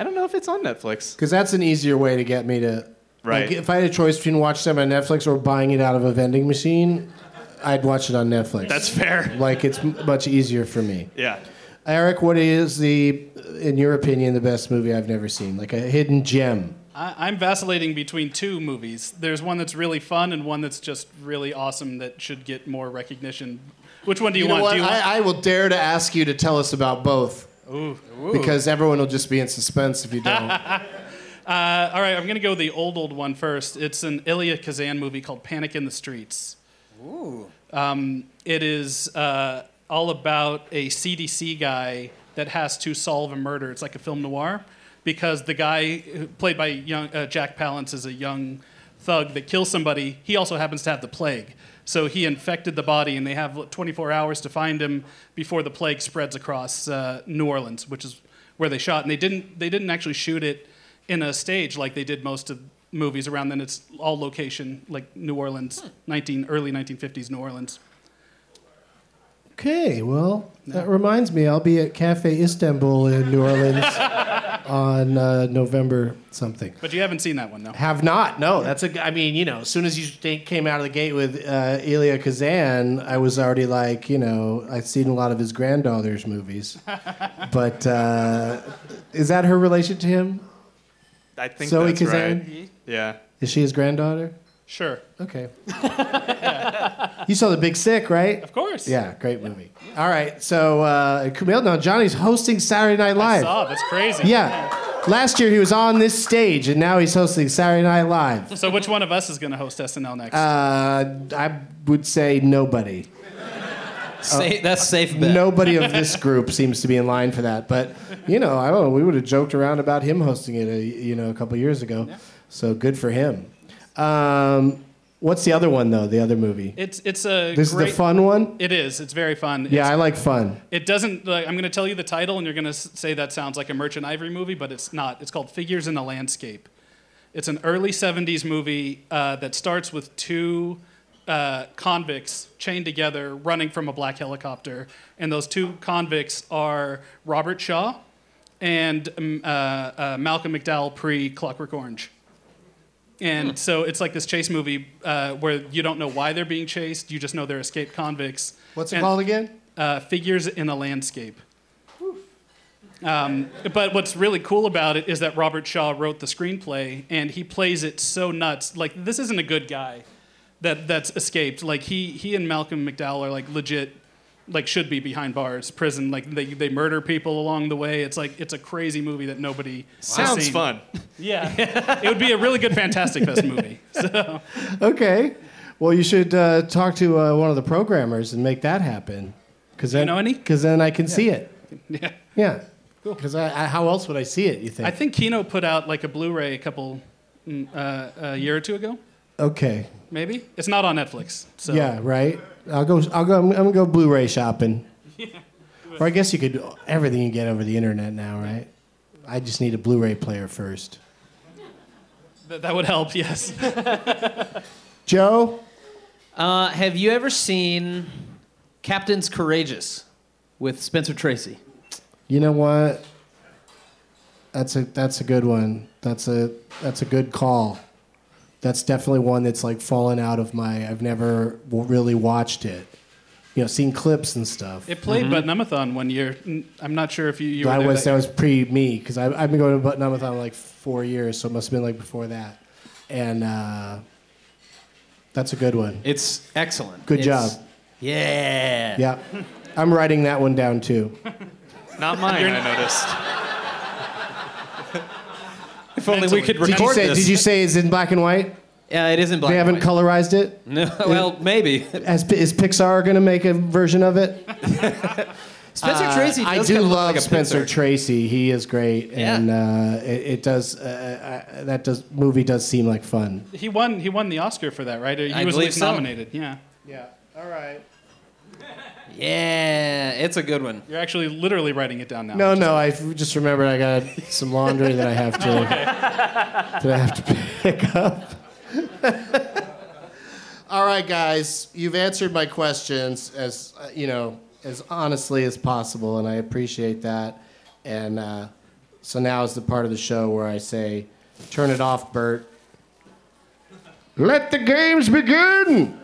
Speaker 5: don't know if it's on Netflix.
Speaker 2: because that's an easier way to get me to.
Speaker 5: Right.
Speaker 2: Like, if I had a choice between watching them on Netflix or buying it out of a vending machine, I'd watch it on Netflix.
Speaker 5: That's fair.
Speaker 2: like it's m- much easier for me.
Speaker 5: Yeah.
Speaker 2: Eric, what is the, in your opinion, the best movie I've never seen? Like a hidden gem.
Speaker 4: I, I'm vacillating between two movies. There's one that's really fun and one that's just really awesome that should get more recognition. Which one do you,
Speaker 2: You know
Speaker 4: want?
Speaker 2: what?
Speaker 4: Do you want?
Speaker 2: I, I will dare to ask you to tell us about both. Because everyone will just be in suspense if you don't.
Speaker 4: Uh, all right, I'm going to go with the old, old one first. It's an Ilya Kazan movie called Panic in the Streets. Um, it is uh, all about a CDC guy that has to solve a murder. It's like a film noir because the guy who- played by young, uh, Jack Palance is a young thug that kills somebody. He also happens to have the plague. So he infected the body, and they have like, 24 hours to find him before the plague spreads across uh, New Orleans, which is where they shot. And they didn't, they didn't actually shoot it in a stage like they did most of movies around then it's all location like new orleans 19 early 1950s new orleans
Speaker 2: Okay, well, that reminds me, I'll be at Cafe Istanbul in New Orleans on uh, November something.
Speaker 4: but you haven't seen that one though
Speaker 2: Have not. No, that's a. g- I mean, you know, as soon as you think- came out of the gate with uh, Elia Kazan, I was already like, you know, I'd seen a lot of his granddaughter's movies, but uh, is that her relation to him?
Speaker 5: I think
Speaker 2: Zoe
Speaker 5: that's
Speaker 2: Kazan?
Speaker 5: right. Yeah.
Speaker 2: Is she his granddaughter?
Speaker 4: sure
Speaker 2: Okay. you saw The Big Sick, right?
Speaker 4: of course
Speaker 2: Yeah, great movie. All right, so uh, Kumail now Johnny's hosting Saturday Night Live.
Speaker 4: saw that's crazy
Speaker 2: Yeah, last year he was on this stage, and now he's hosting Saturday Night Live.
Speaker 4: so which one of us is going to host snl next
Speaker 2: Uh, I would say nobody. Uh,
Speaker 3: Sa- that's safe bet.
Speaker 2: Nobody of this group seems to be in line for that. But you know, I don't know. We would have joked around about him hosting it, a, you know, a couple years ago. So good for him. Um, what's the other one though? The other movie.
Speaker 4: it's it's a
Speaker 2: this
Speaker 4: great,
Speaker 2: is the fun one.
Speaker 4: it is it's very fun
Speaker 2: Yeah,
Speaker 4: It's-
Speaker 2: I like fun.
Speaker 4: it doesn't like, i'm going to tell you the title and you're going to say that sounds like a merchant ivory movie but it's not it's called figures in the landscape it's an early 70s movie uh, that starts with two uh, convicts chained together running from a black helicopter and those two convicts are robert shaw and um, uh, uh, malcolm mcdowell pre clockwork orange and so it's like this chase movie uh, where you don't know why they're being chased you just know they're escaped convicts
Speaker 2: What's it
Speaker 4: And-
Speaker 2: called again?
Speaker 4: uh, figures in a landscape. Um, but what's really cool about it is that Robert Shaw wrote the screenplay, and he plays it so nuts. Like this isn't a good guy that that's escaped. Like he he and Malcolm McDowell are like legit, like should be behind bars, prison. Like they they murder people along the way. It's like it's a crazy movie that nobody has
Speaker 5: Sounds
Speaker 4: seen.
Speaker 5: fun.
Speaker 4: Yeah, it would be a really good Fantastic Fest movie. So
Speaker 2: Okay. Well, you should uh, talk to uh, one of the programmers and make that happen. Because then,
Speaker 4: know any?
Speaker 2: Because then I can see it.
Speaker 4: yeah.
Speaker 2: Yeah. Cool. Because I, I, how else would I see it? You think?
Speaker 4: I think Kino put out like a Blu-ray a couple mm, uh, a year or two ago.
Speaker 2: okay.
Speaker 4: Maybe it's not on Netflix. So
Speaker 2: Yeah. Right. I'll go. I'll go. I'm, I'm gonna go Blu-ray shopping. Or I guess you could do everything you get over the internet now, right? I just need a Blu-ray player first.
Speaker 4: th- that would help. Yes.
Speaker 2: Joe,
Speaker 3: Uh, have you ever seen Captain's Courageous with Spencer Tracy?
Speaker 2: you know what? That's a that's a good one. That's a that's a good call. That's definitely one that's like fallen out of my. I've never w- really watched it. You know, seen clips and stuff.
Speaker 4: It played Butnumathon one year. N- I'm not sure if you, you were
Speaker 2: I
Speaker 4: there
Speaker 2: was
Speaker 4: that
Speaker 2: Mm-hmm. that was pre me because I've been going to Butnumathon like four years, so it must have been like before that. And uh, that's a good one.
Speaker 3: It's excellent.
Speaker 2: Good
Speaker 3: It's-
Speaker 2: job.
Speaker 3: Yeah.
Speaker 2: Yeah, I'm writing that one down too.
Speaker 5: Not mine, I noticed.
Speaker 3: If only we could
Speaker 2: Did you
Speaker 3: record
Speaker 2: say?
Speaker 3: this.
Speaker 2: Did you say it's in black and white?
Speaker 3: Yeah, it is in black.
Speaker 2: They
Speaker 3: and
Speaker 2: haven't
Speaker 3: white.
Speaker 2: colorized it.
Speaker 3: No, well, maybe.
Speaker 2: Has, Pi- is Pixar going to make a version of it?
Speaker 3: Spencer Tracy.
Speaker 2: Uh, I
Speaker 3: does
Speaker 2: do
Speaker 3: kinda look
Speaker 2: love
Speaker 3: like a
Speaker 2: Spencer
Speaker 3: pincer.
Speaker 2: Tracy. He is great,
Speaker 3: Yeah.
Speaker 2: and uh, it, it does. Uh, uh, that does movie does seem like fun.
Speaker 4: he won. He won the Oscar for that, right? He
Speaker 3: I
Speaker 4: was at
Speaker 3: believe
Speaker 4: least
Speaker 3: so.
Speaker 4: nominated. Yeah.
Speaker 2: Yeah. All right.
Speaker 3: Yeah, it's a good one.
Speaker 4: You're actually literally writing it down now.
Speaker 2: No, no. I f- just remembered I got some laundry that I have to that I have to pick up. All right, guys. You've answered my questions as uh, you know as honestly as possible, and I appreciate that. And uh, so now is the part of the show where I say, "Turn it off, Bert." Let the games begin.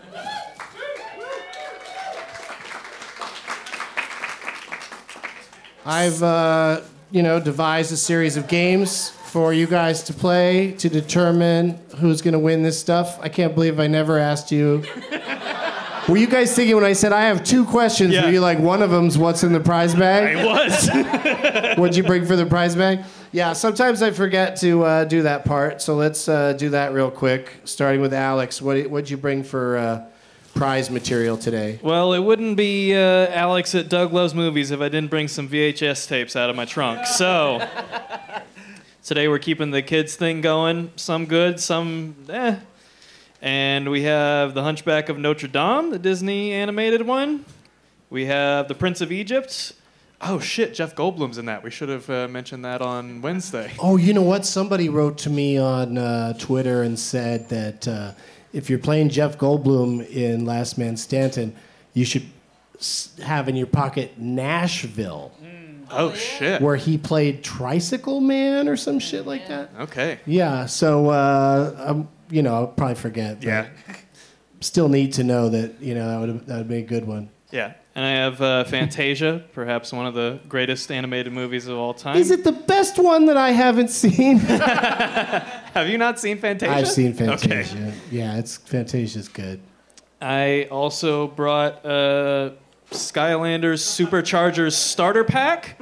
Speaker 2: I've, uh, you know, devised a series of games for you guys to play to determine who's going to win this stuff. I can't believe I never asked you. Were you guys thinking when I said I have two questions?
Speaker 5: Yeah.
Speaker 2: Were you like, one of them's what's in the prize bag?
Speaker 5: It was.
Speaker 2: What'd you bring for the prize bag? Yeah, sometimes I forget to uh, do that part, so let's uh, do that real quick. Starting with Alex, what what'd you bring for uh, prize material today?
Speaker 5: Well, it wouldn't be uh, Alex at Doug Loves Movies if I didn't bring some VHS tapes out of my trunk. So today we're keeping the kids thing going. Some good, some eh. And we have The Hunchback of Notre Dame, the Disney animated one. We have The Prince of Egypt. Oh shit, Jeff Goldblum's in that. We should have uh, mentioned that on Wednesday.
Speaker 2: Oh, you know what? Somebody wrote to me on uh, Twitter and said that uh, if you're playing Jeff Goldblum in Last Man Stanton, you should s- have in your pocket Nashville,
Speaker 5: Oh shit.
Speaker 2: where he played Tricycle Man or some shit like that.
Speaker 5: Okay.
Speaker 2: Yeah. So, uh, um, you know, I'll probably forget. but
Speaker 5: Yeah.
Speaker 2: Still need to know that. You know, that would that would be a good one.
Speaker 5: Yeah. And I have uh, Fantasia, perhaps one of the greatest animated movies of all time.
Speaker 2: Is it the best one that I haven't seen?
Speaker 5: Have you not seen Fantasia?
Speaker 2: I've seen
Speaker 5: Okay.
Speaker 2: Fantasia. Yeah, it's Fantasia's good.
Speaker 5: I also brought uh, Skylanders Superchargers starter pack.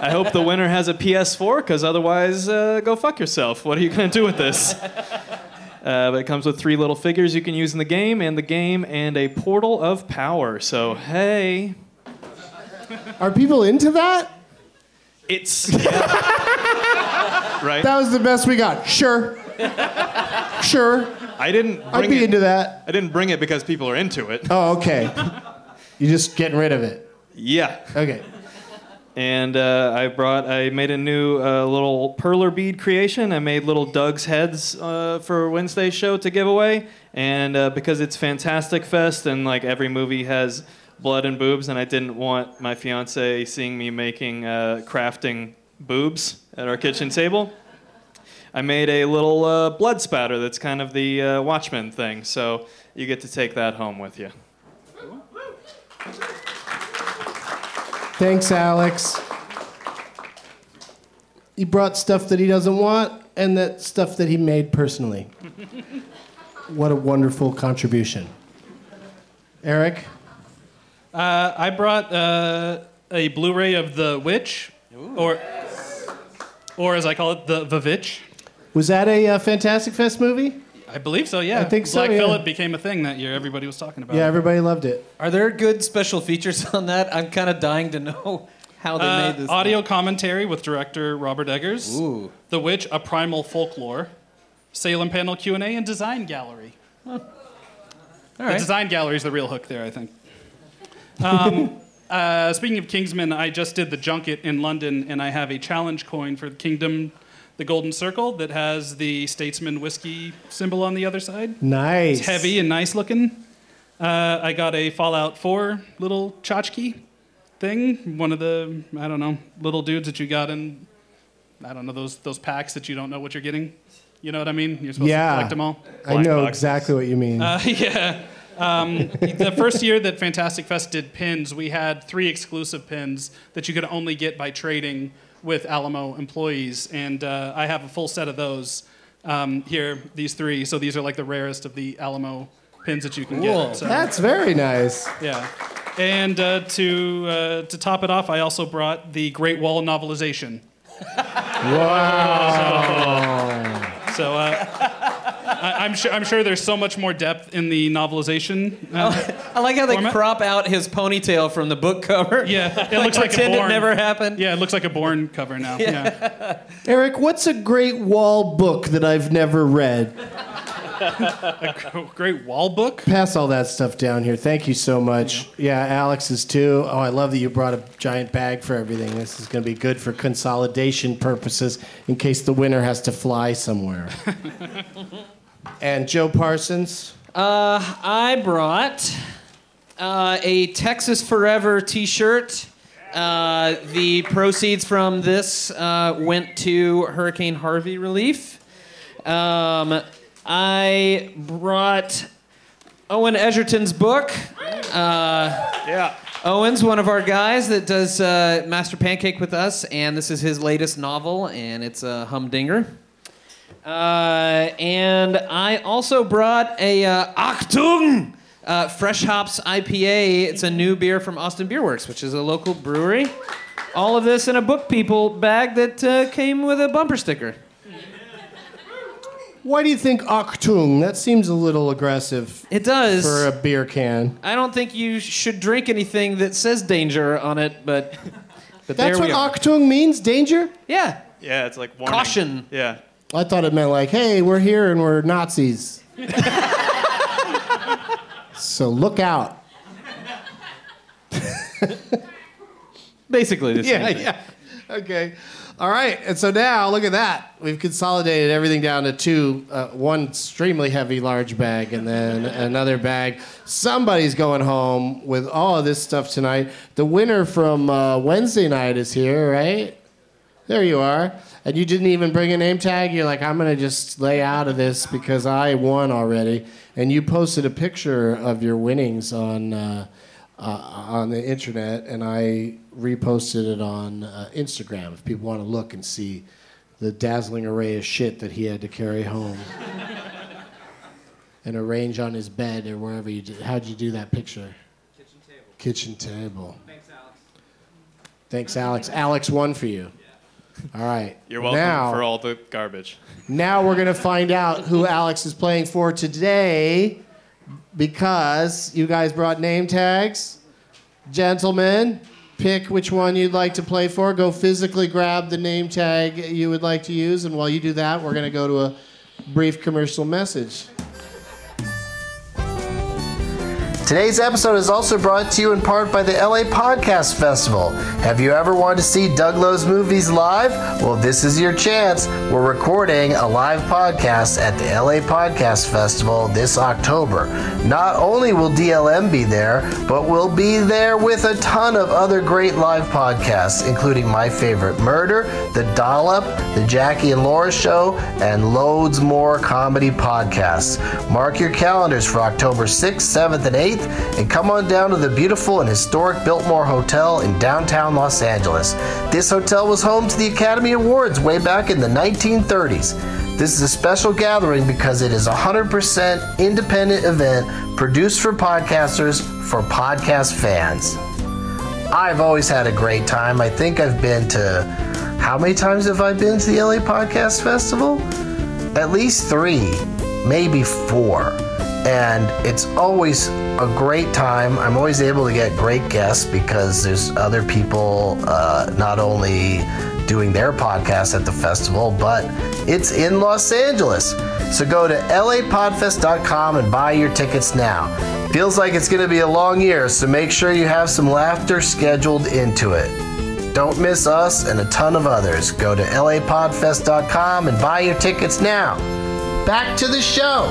Speaker 5: I hope the winner has a PS4, because otherwise, uh, go fuck yourself. What are you going to do with this? Uh, but it comes with three little figures you can use in the game, and the game, and a portal of power. So, hey.
Speaker 2: Are people into that?
Speaker 5: It's. right?
Speaker 2: That was the best we got. Sure. sure.
Speaker 5: I didn't bring
Speaker 2: I'd be
Speaker 5: it.
Speaker 2: into that.
Speaker 5: I didn't bring it because people are into it.
Speaker 2: Oh, okay. You're just getting rid of it.
Speaker 5: Yeah.
Speaker 2: Okay.
Speaker 5: And uh, I brought, I made a new uh, little perler bead creation. I made little Doug's heads uh, for Wednesday's show to give away. And uh, because it's Fantastic Fest and like every movie has blood and boobs, and I didn't want my fiance seeing me making, uh, crafting boobs at our kitchen table, I made a little uh, blood spatter that's kind of the uh, Watchmen thing. So you get to take that home with you.
Speaker 2: Thanks, Alex. He brought stuff that he doesn't want and that stuff that he made personally. what a wonderful contribution. Eric?
Speaker 4: Uh, I brought uh, a Blu-ray of The Witch, or or as I call it, the Vavitch.
Speaker 2: Was that a uh, Fantastic Fest movie?
Speaker 4: I believe so. Yeah,
Speaker 2: I think so,
Speaker 4: Black
Speaker 2: yeah.
Speaker 4: Phillip became a thing that year. Everybody was talking about.
Speaker 2: Yeah,
Speaker 4: it.
Speaker 2: everybody loved it.
Speaker 3: Are there good special features on that? I'm kind of dying to know how they
Speaker 4: Uh,
Speaker 3: made this.
Speaker 4: audio commentary with director Robert Eggers.
Speaker 3: Ooh.
Speaker 4: The Witch, a primal folklore. Salem panel Q and A and design gallery.
Speaker 3: All
Speaker 4: The
Speaker 3: right.
Speaker 4: design gallery is the real hook there, I think. Um, uh, speaking of Kingsman, I just did the junket in London, and I have a challenge coin for the Kingdom, the Golden Circle, that has the Statesman whiskey symbol on the other side.
Speaker 2: Nice.
Speaker 4: It's heavy and nice looking. Uh, I got a Fallout 4 little tchotchke thing. One of the, I don't know, little dudes that you got in, I don't know, those, those packs that you don't know what you're getting. You know what I mean? You're supposed
Speaker 2: Yeah.
Speaker 4: to collect them all.
Speaker 2: I know exactly what you mean.
Speaker 4: Uh, yeah. Um, the first year that Fantastic Fest did pins, we had three exclusive pins that you could only get by trading with Alamo employees, and uh, I have a full set of those um, here. These three, so these are like the rarest of the Alamo pins that you can
Speaker 3: Cool.
Speaker 4: get. So,
Speaker 2: That's very nice.
Speaker 4: yeah. And uh, to uh, to top it off, I also brought the Great Wall novelization. So uh, I, I'm sure I'm sure there's so much more depth in the novelization. Uh,
Speaker 3: I like how they
Speaker 4: Format?
Speaker 3: crop out his ponytail from the book cover.
Speaker 4: yeah, it looks like a
Speaker 3: Pretend it
Speaker 4: barn.
Speaker 3: never happened.
Speaker 4: Yeah, it looks like a Bourne cover now. Yeah.
Speaker 2: Eric, what's a great wall book that I've never read?
Speaker 4: Oh, Great wall book.
Speaker 2: Pass all that stuff down here. Thank you so much. Yeah, Alex is too. Oh, I love that you brought a giant bag for everything. This is going to be good for consolidation purposes in case the winner has to fly somewhere. and Joe Parsons.
Speaker 3: Uh, I brought uh, a Texas Forever T-shirt. Uh, the proceeds from this uh, went to Hurricane Harvey relief. Um, I brought Owen Edgerton's book.
Speaker 5: Yeah.
Speaker 3: Owen's one of our guys that does uh, Master Pancake with us, and this is his latest novel, and it's a humdinger. Uh, and I also brought a uh, Achtung uh, Fresh Hops IPA. It's a new beer from Austin Beer Works, which is a local brewery. All of this in a book people bag that uh, came with a bumper sticker.
Speaker 2: Why do you think Octung? That seems a little aggressive
Speaker 3: It does.
Speaker 2: for a
Speaker 3: I
Speaker 2: beer can.
Speaker 3: I don't think you should drink anything that says danger on it, but but there
Speaker 2: That's what
Speaker 3: we are.
Speaker 2: Octung means, danger?
Speaker 3: yeah.
Speaker 5: Yeah, it's like warning.
Speaker 3: Caution.
Speaker 5: Yeah.
Speaker 2: I thought it meant like, hey, we're here and we're Nazis. so look out.
Speaker 3: Basically, this
Speaker 2: Yeah, yeah. Okay. All right. And so now, look at that. We've consolidated everything down to two, uh, one extremely heavy large bag, and then another bag. Somebody's going home with all of this stuff tonight. The winner from uh, Wednesday night is here, right? There you are. And you didn't even bring a name tag. You're like, I'm going to just lay out of this because I won already. And you posted a picture of your winnings on, uh, uh, on the internet, and I reposted it on uh, Instagram if people want to look and see the dazzling array of shit that he had to carry home and arrange on his bed or wherever you did. How'd you do that picture? Kitchen table. Kitchen table. Thanks, Alex. Alex won for you. All right.
Speaker 5: You're welcome
Speaker 2: now,
Speaker 5: for all the garbage.
Speaker 2: Now we're going to find out who Alex is playing for today because you guys brought name tags. Gentlemen, pick which one you'd like to play for. Go physically grab the name tag you would like to use. And while you do that, we're going to go to a brief commercial message.
Speaker 7: Today's episode is also brought to you in part by the LA Podcast Festival. Have you ever wanted to see Doug Lowe's movies live? Well, this is your chance. We're recording a live podcast at the LA Podcast Festival this October. Not only will DLM be there, but we'll be there with a ton of other great live podcasts, including My Favorite Murder, The Dollop, The Jackie and Laura Show, and loads more comedy podcasts. Mark your calendars for October 6th, 7th, and 8th, and come on down to the beautiful and historic Biltmore Hotel in downtown Los Angeles. This hotel was home to the Academy Awards way back in the 1930s. This is a special gathering because it is a 100% independent event produced for podcasters for podcast fans. I've always had a great time. I think I've been to how many times have I been to the LA Podcast Festival? At least three, maybe four. And it's always a great time. I'm always able to get great guests because there's other people uh, not only doing their podcast at the festival, but it's in Los Angeles. So go to lapodfest.com and buy your tickets now. Feels like it's going to be a long year, so make sure you have some laughter scheduled into it. Don't miss us and a ton of others. Go to lapodfest.com and buy your tickets now. Back to the show.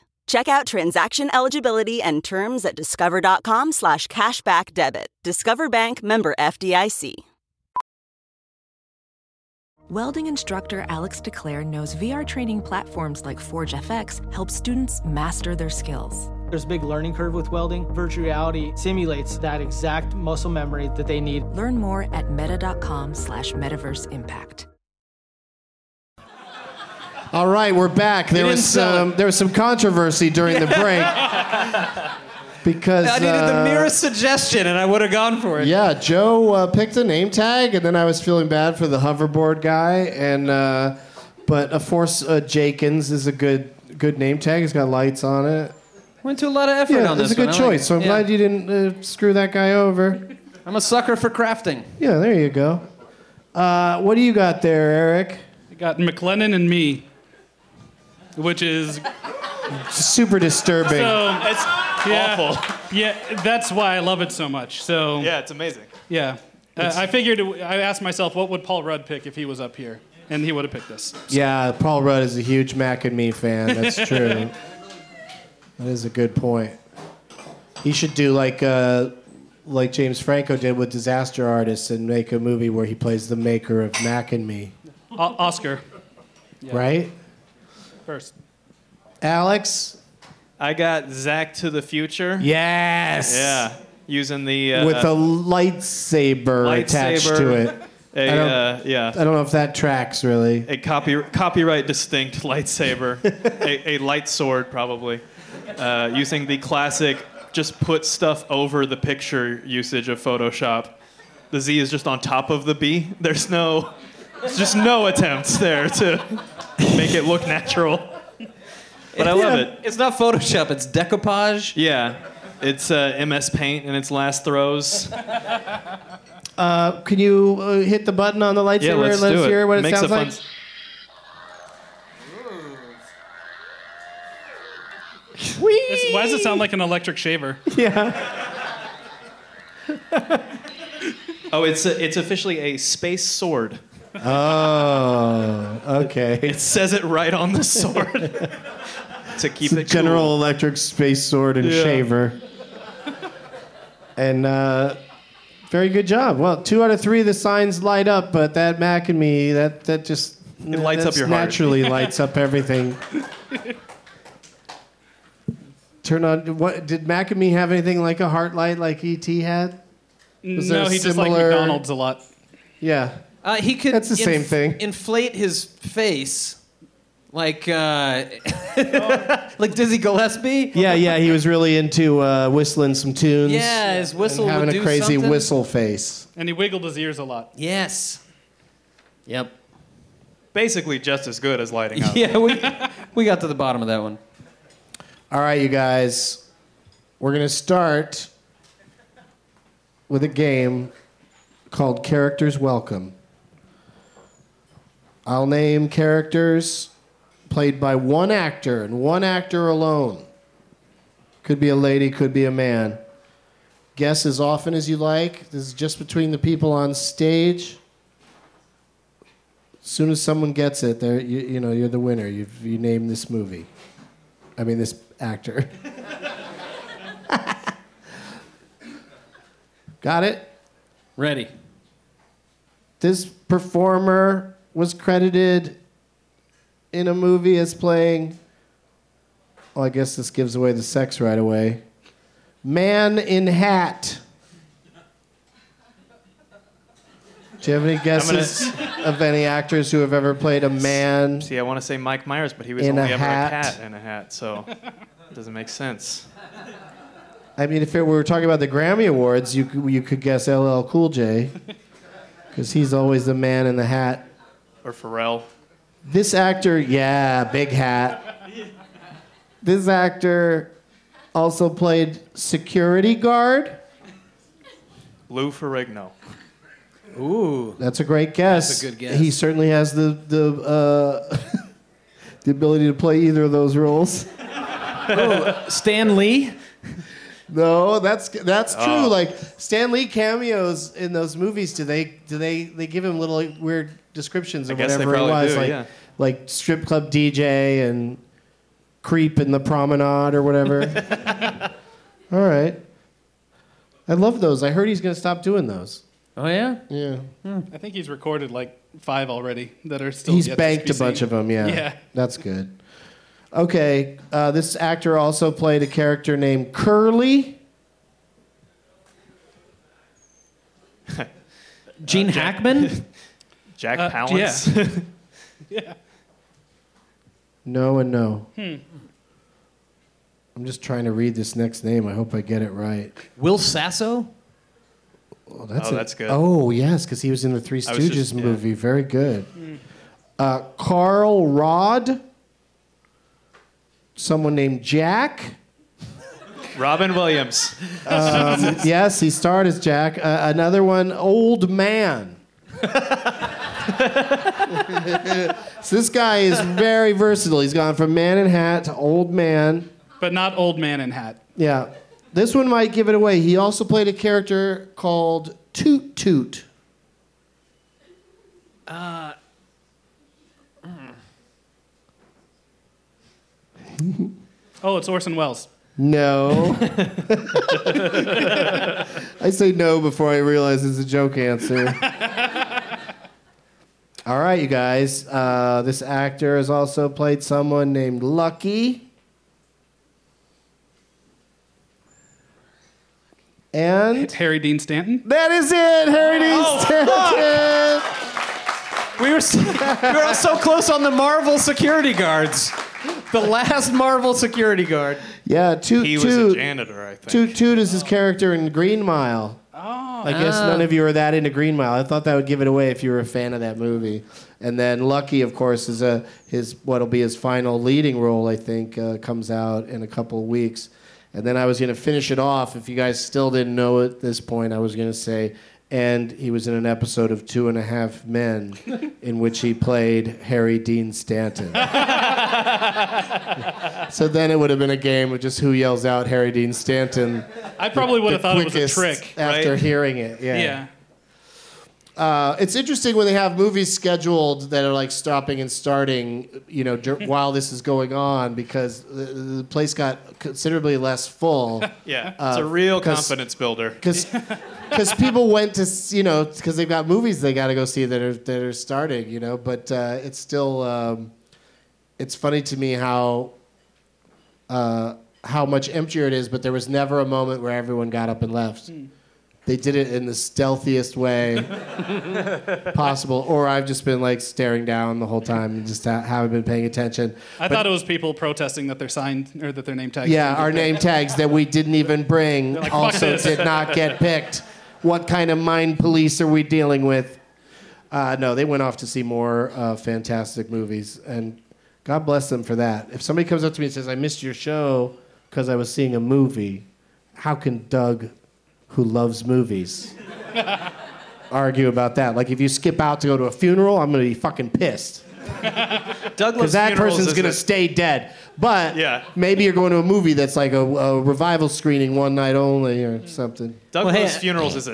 Speaker 6: Check out transaction eligibility and terms at discover.com slash cashback debit. Discover Bank member FDIC.
Speaker 8: Welding instructor Alex DeClaire knows VR training platforms like ForgeFX help students master their skills.
Speaker 9: There's a big learning curve with welding. Virtual reality simulates that exact muscle memory that they need.
Speaker 8: Learn more at meta.com slash metaverse impact.
Speaker 2: All right, we're back. There was
Speaker 3: didn't sell
Speaker 2: some there was some controversy during the break because
Speaker 3: I needed the
Speaker 2: uh,
Speaker 3: merest suggestion, and I would have gone for it.
Speaker 2: Yeah, Joe uh, picked a name tag, and then I was feeling bad for the hoverboard guy. And uh, but of course, uh, Jakins is a good good name tag. It's got lights on it.
Speaker 3: Went to a lot of effort
Speaker 2: Yeah,
Speaker 3: on
Speaker 2: that's
Speaker 3: this.
Speaker 2: a good
Speaker 3: one. I like
Speaker 2: choice.
Speaker 3: it.
Speaker 2: so I'm
Speaker 3: Yeah.
Speaker 2: glad you didn't uh, screw that guy over.
Speaker 3: I'm a sucker for crafting.
Speaker 2: Yeah, there you go. Uh, what do you got there, Eric?
Speaker 4: I got McLennan and me, which is
Speaker 2: Super disturbing.
Speaker 4: so
Speaker 5: It's
Speaker 4: yeah,
Speaker 5: awful.
Speaker 4: Yeah, that's why I love it so much. So
Speaker 5: Yeah, it's amazing.
Speaker 4: yeah. Uh, I figured it- I asked myself what would Paul Rudd pick if he was up here, and he would have picked this.
Speaker 2: Yeah, Paul Rudd is a huge Mac and Me fan. That's true. that is a good point. He should do like uh, like James Franco did with Disaster Artist and make a movie where he plays the maker of Mac and Me,
Speaker 4: O- Oscar
Speaker 2: right?
Speaker 4: first.
Speaker 2: Alex,
Speaker 5: I got Zach to the Future.
Speaker 2: Yes.
Speaker 5: Yeah. Using the uh,
Speaker 2: with a lightsaber, attached
Speaker 5: lightsaber,
Speaker 2: to it.
Speaker 5: a,
Speaker 2: I don't-
Speaker 5: uh, yeah.
Speaker 2: I don't know if that tracks really.
Speaker 5: A copy, copyright distinct lightsaber, a, a light sword probably, uh, using the classic just put stuff over the picture usage of Photoshop. The Z is just on top of the B. There's no, there's just no attempts there to make it look natural. But I love it.
Speaker 3: It's not Photoshop. It's decoupage.
Speaker 5: Yeah, it's uh, MS Paint in its last throws.
Speaker 2: Uh, can you uh, hit the button on the lightsaber
Speaker 5: Yeah, let's
Speaker 2: and let
Speaker 5: do
Speaker 2: us
Speaker 5: it.
Speaker 2: hear what it
Speaker 5: Makes a
Speaker 2: sounds
Speaker 5: fun
Speaker 2: like?
Speaker 5: s-
Speaker 4: It's- Why does it sound like an electric shaver?
Speaker 2: Yeah.
Speaker 5: Oh, it's a, it's officially a space sword.
Speaker 2: Oh, okay.
Speaker 5: It says it right on the sword to keep
Speaker 2: It's a
Speaker 5: it cool.
Speaker 2: General Electric space sword and
Speaker 5: Yeah.
Speaker 2: shaver. and uh, very good job. Well, two out of three, the signs light up, but that Mac and me, that that just
Speaker 5: It lights up
Speaker 2: that's
Speaker 5: your heart.
Speaker 2: Naturally lights up everything. Turn on. What did Mac and me have anything like a heart light like ET had? Was there
Speaker 4: no,
Speaker 2: a
Speaker 4: he just liked
Speaker 2: similar-
Speaker 4: McDonald's a lot.
Speaker 2: Yeah.
Speaker 3: Uh, he could.
Speaker 2: That's the same thing.
Speaker 3: Inflate his face, like uh, like Dizzy Gillespie.
Speaker 2: Yeah, yeah, he was really into uh, whistling some tunes.
Speaker 3: Yeah, his whistle
Speaker 2: and
Speaker 3: would
Speaker 2: having a
Speaker 3: do
Speaker 2: crazy
Speaker 3: something.
Speaker 2: whistle face.
Speaker 4: And he wiggled his ears a lot.
Speaker 3: Yes. Yep.
Speaker 5: Basically, just as good as lighting up.
Speaker 3: Yeah, we we got to the bottom of that one.
Speaker 2: All right, you guys. We're going to start with a game called Characters Welcome. I'll name characters played by one actor and one actor alone. Could be a lady, could be a man. Guess as often as you like. This is just between the people on stage. As soon as someone gets it, there you, you know you're the winner. You've you named this movie. I mean, this actor. Got it?
Speaker 3: Ready.
Speaker 2: This performer was credited in a movie as playing. Well, I guess this gives away the sex right away. Man in Hat. Do you have any guesses of any actors who have ever played a man?
Speaker 5: See, I want to say Mike Myers, but he was
Speaker 2: In a
Speaker 5: only ever
Speaker 2: hat.
Speaker 5: a cat in a hat, so it doesn't make sense.
Speaker 2: I mean, if it, we were talking about the Grammy Awards, you could- you could guess LL Cool J, because he's always the man in the hat.
Speaker 5: Or Pharrell.
Speaker 2: This actor, yeah, big hat. This actor also played security guard.
Speaker 5: Lou Ferrigno.
Speaker 3: Ooh.
Speaker 2: That's a great guess.
Speaker 3: That's a good guess.
Speaker 2: He certainly has the the uh, the ability to play either of those roles.
Speaker 3: Stan Lee.
Speaker 2: No, that's that's true.
Speaker 5: Oh.
Speaker 2: Like Stan Lee cameos in those movies, do they do they they give him little weird descriptions of
Speaker 5: I guess they
Speaker 2: whatever he
Speaker 5: probably
Speaker 2: was,
Speaker 5: do,
Speaker 2: like
Speaker 5: yeah.
Speaker 2: like strip club DJ and creep in the promenade or whatever. All right, I love those. I heard he's gonna stop doing those.
Speaker 3: Oh yeah.
Speaker 2: Yeah,
Speaker 4: I think he's recorded like five already that are still.
Speaker 2: he's
Speaker 4: yet to
Speaker 2: banked
Speaker 4: be
Speaker 2: a bunch
Speaker 4: seen.
Speaker 2: of them. Yeah,
Speaker 4: Yeah.
Speaker 2: that's good. Okay, uh, this actor also played a character named Curly.
Speaker 3: Gene Hackman.
Speaker 5: Jack
Speaker 4: Uh,
Speaker 5: Palance.
Speaker 4: Yeah.
Speaker 2: No and no. I'm just trying to read this next name. I hope I get it right.
Speaker 3: Will Sasso.
Speaker 2: Oh, that's,
Speaker 5: Oh,
Speaker 2: a-
Speaker 5: that's good.
Speaker 2: Oh, yes, because he was in the Three
Speaker 5: I was
Speaker 2: Stooges
Speaker 5: just- yeah.
Speaker 2: movie. Very good. Uh, Carl Rod. Someone named Jack.
Speaker 5: Robin Williams.
Speaker 2: Um, yes, he starred as Jack. Uh, another one, Old Man. so this guy is very versatile. He's gone from Man in Hat to Old Man.
Speaker 4: But not old man in hat.
Speaker 2: Yeah. This one might give it away. He also played a character called Toot Toot.
Speaker 4: Oh, it's Orson Welles.
Speaker 2: No. I say no before I realize it's a joke answer. All right, you guys. Uh, this actor has also played someone named Lucky. And
Speaker 4: Harry Dean Stanton.
Speaker 2: That is it, Harry Dean
Speaker 4: Oh,
Speaker 2: Stanton.
Speaker 3: We were, so, we were all so close on the Marvel security guards. The last Marvel security guard.
Speaker 2: Yeah, two.
Speaker 3: He was
Speaker 2: two,
Speaker 3: a janitor, I think.
Speaker 2: Toot Toot is his character in Green Mile. Oh. I guess
Speaker 3: Ah.
Speaker 2: none of you are that into Green Mile. I thought that would give it away if you were a fan of that movie. And then Lucky, of course, is a his what'll be his final leading role. I think uh, comes out in a couple of weeks. And then I was going to finish it off. If you guys still didn't know at this point, I was going to say, and he was in an episode of Two and a Half Men, in which he played Harry Dean Stanton. So then it would have been a game of just who yells out Harry Dean Stanton.
Speaker 4: I probably
Speaker 2: the-
Speaker 4: would have
Speaker 2: the
Speaker 4: thought it was a
Speaker 2: quickest
Speaker 4: trick,
Speaker 2: after
Speaker 4: right?
Speaker 2: hearing it. Yeah.
Speaker 4: Yeah.
Speaker 2: Uh, it's interesting when they have movies scheduled that are like stopping and starting, you know, dur- while this is going on because the, the place got considerably less full.
Speaker 5: Yeah,
Speaker 2: Uh,
Speaker 5: it's a real
Speaker 2: 'cause-
Speaker 5: confidence builder.
Speaker 2: because people went to s- you know because they've got movies they got to go see that are that are starting you know but uh, it's still um, it's funny to me how uh, how much emptier it is but there was never a moment where everyone got up and left they did it in the stealthiest way possible or I've just been like staring down the whole time and just ha- haven't been paying attention
Speaker 4: I
Speaker 2: But-
Speaker 4: thought it was people protesting that they're signed or that their name tags.
Speaker 2: yeah,
Speaker 4: didn't
Speaker 2: our
Speaker 4: get picked.
Speaker 2: name tags that we didn't even bring
Speaker 4: They're like, "Fuck
Speaker 2: also
Speaker 4: this."
Speaker 2: did not get picked. What kind of mind police are we dealing with? Uh, no, they went off to see more uh, fantastic movies, and God bless them for that. If somebody comes up to me and says, "I missed your show because I was seeing a movie," how can Doug, who loves movies, argue about that? Like, if you skip out to go to a funeral, I'm gonna be fucking pissed. Because
Speaker 5: Douglas
Speaker 2: that
Speaker 5: funerals
Speaker 2: person's
Speaker 5: is
Speaker 2: going
Speaker 5: a-
Speaker 2: to stay dead. But
Speaker 5: Yeah.
Speaker 2: maybe you're going to a movie that's like a, a revival screening one night only or something.
Speaker 5: Douglas Funerals is a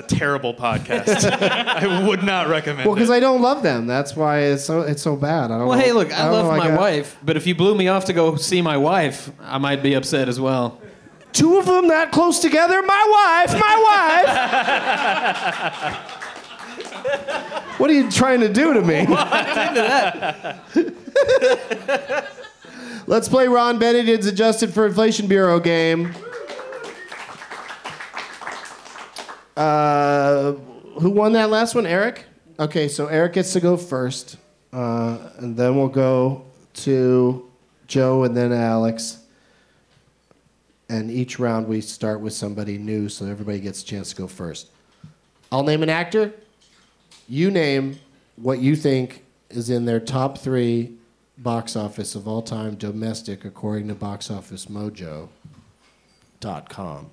Speaker 5: terrible podcast. I would not recommend
Speaker 2: Well, because
Speaker 5: it.
Speaker 2: I don't love them. That's why it's so, it's so bad. I don't
Speaker 3: Well,
Speaker 2: know-
Speaker 3: hey, look, I,
Speaker 2: don't
Speaker 3: love
Speaker 2: know,
Speaker 3: my
Speaker 2: got-
Speaker 3: wife, but if you blew me off to go see my wife, I might be upset as well.
Speaker 2: Two of them that close together? My wife! My wife! what are you trying to do to me? Let's play Ron Bennett's Adjusted for Inflation Bureau game. Uh, who won that last one? Eric? Okay, so Eric gets to go first. Uh, and then we'll go to Joe and then Alex. And each round we start with somebody new so everybody gets a chance to go first. I'll name an actor. You name what you think is in their top three box office of all time domestic according to Box Office Mojo dot com,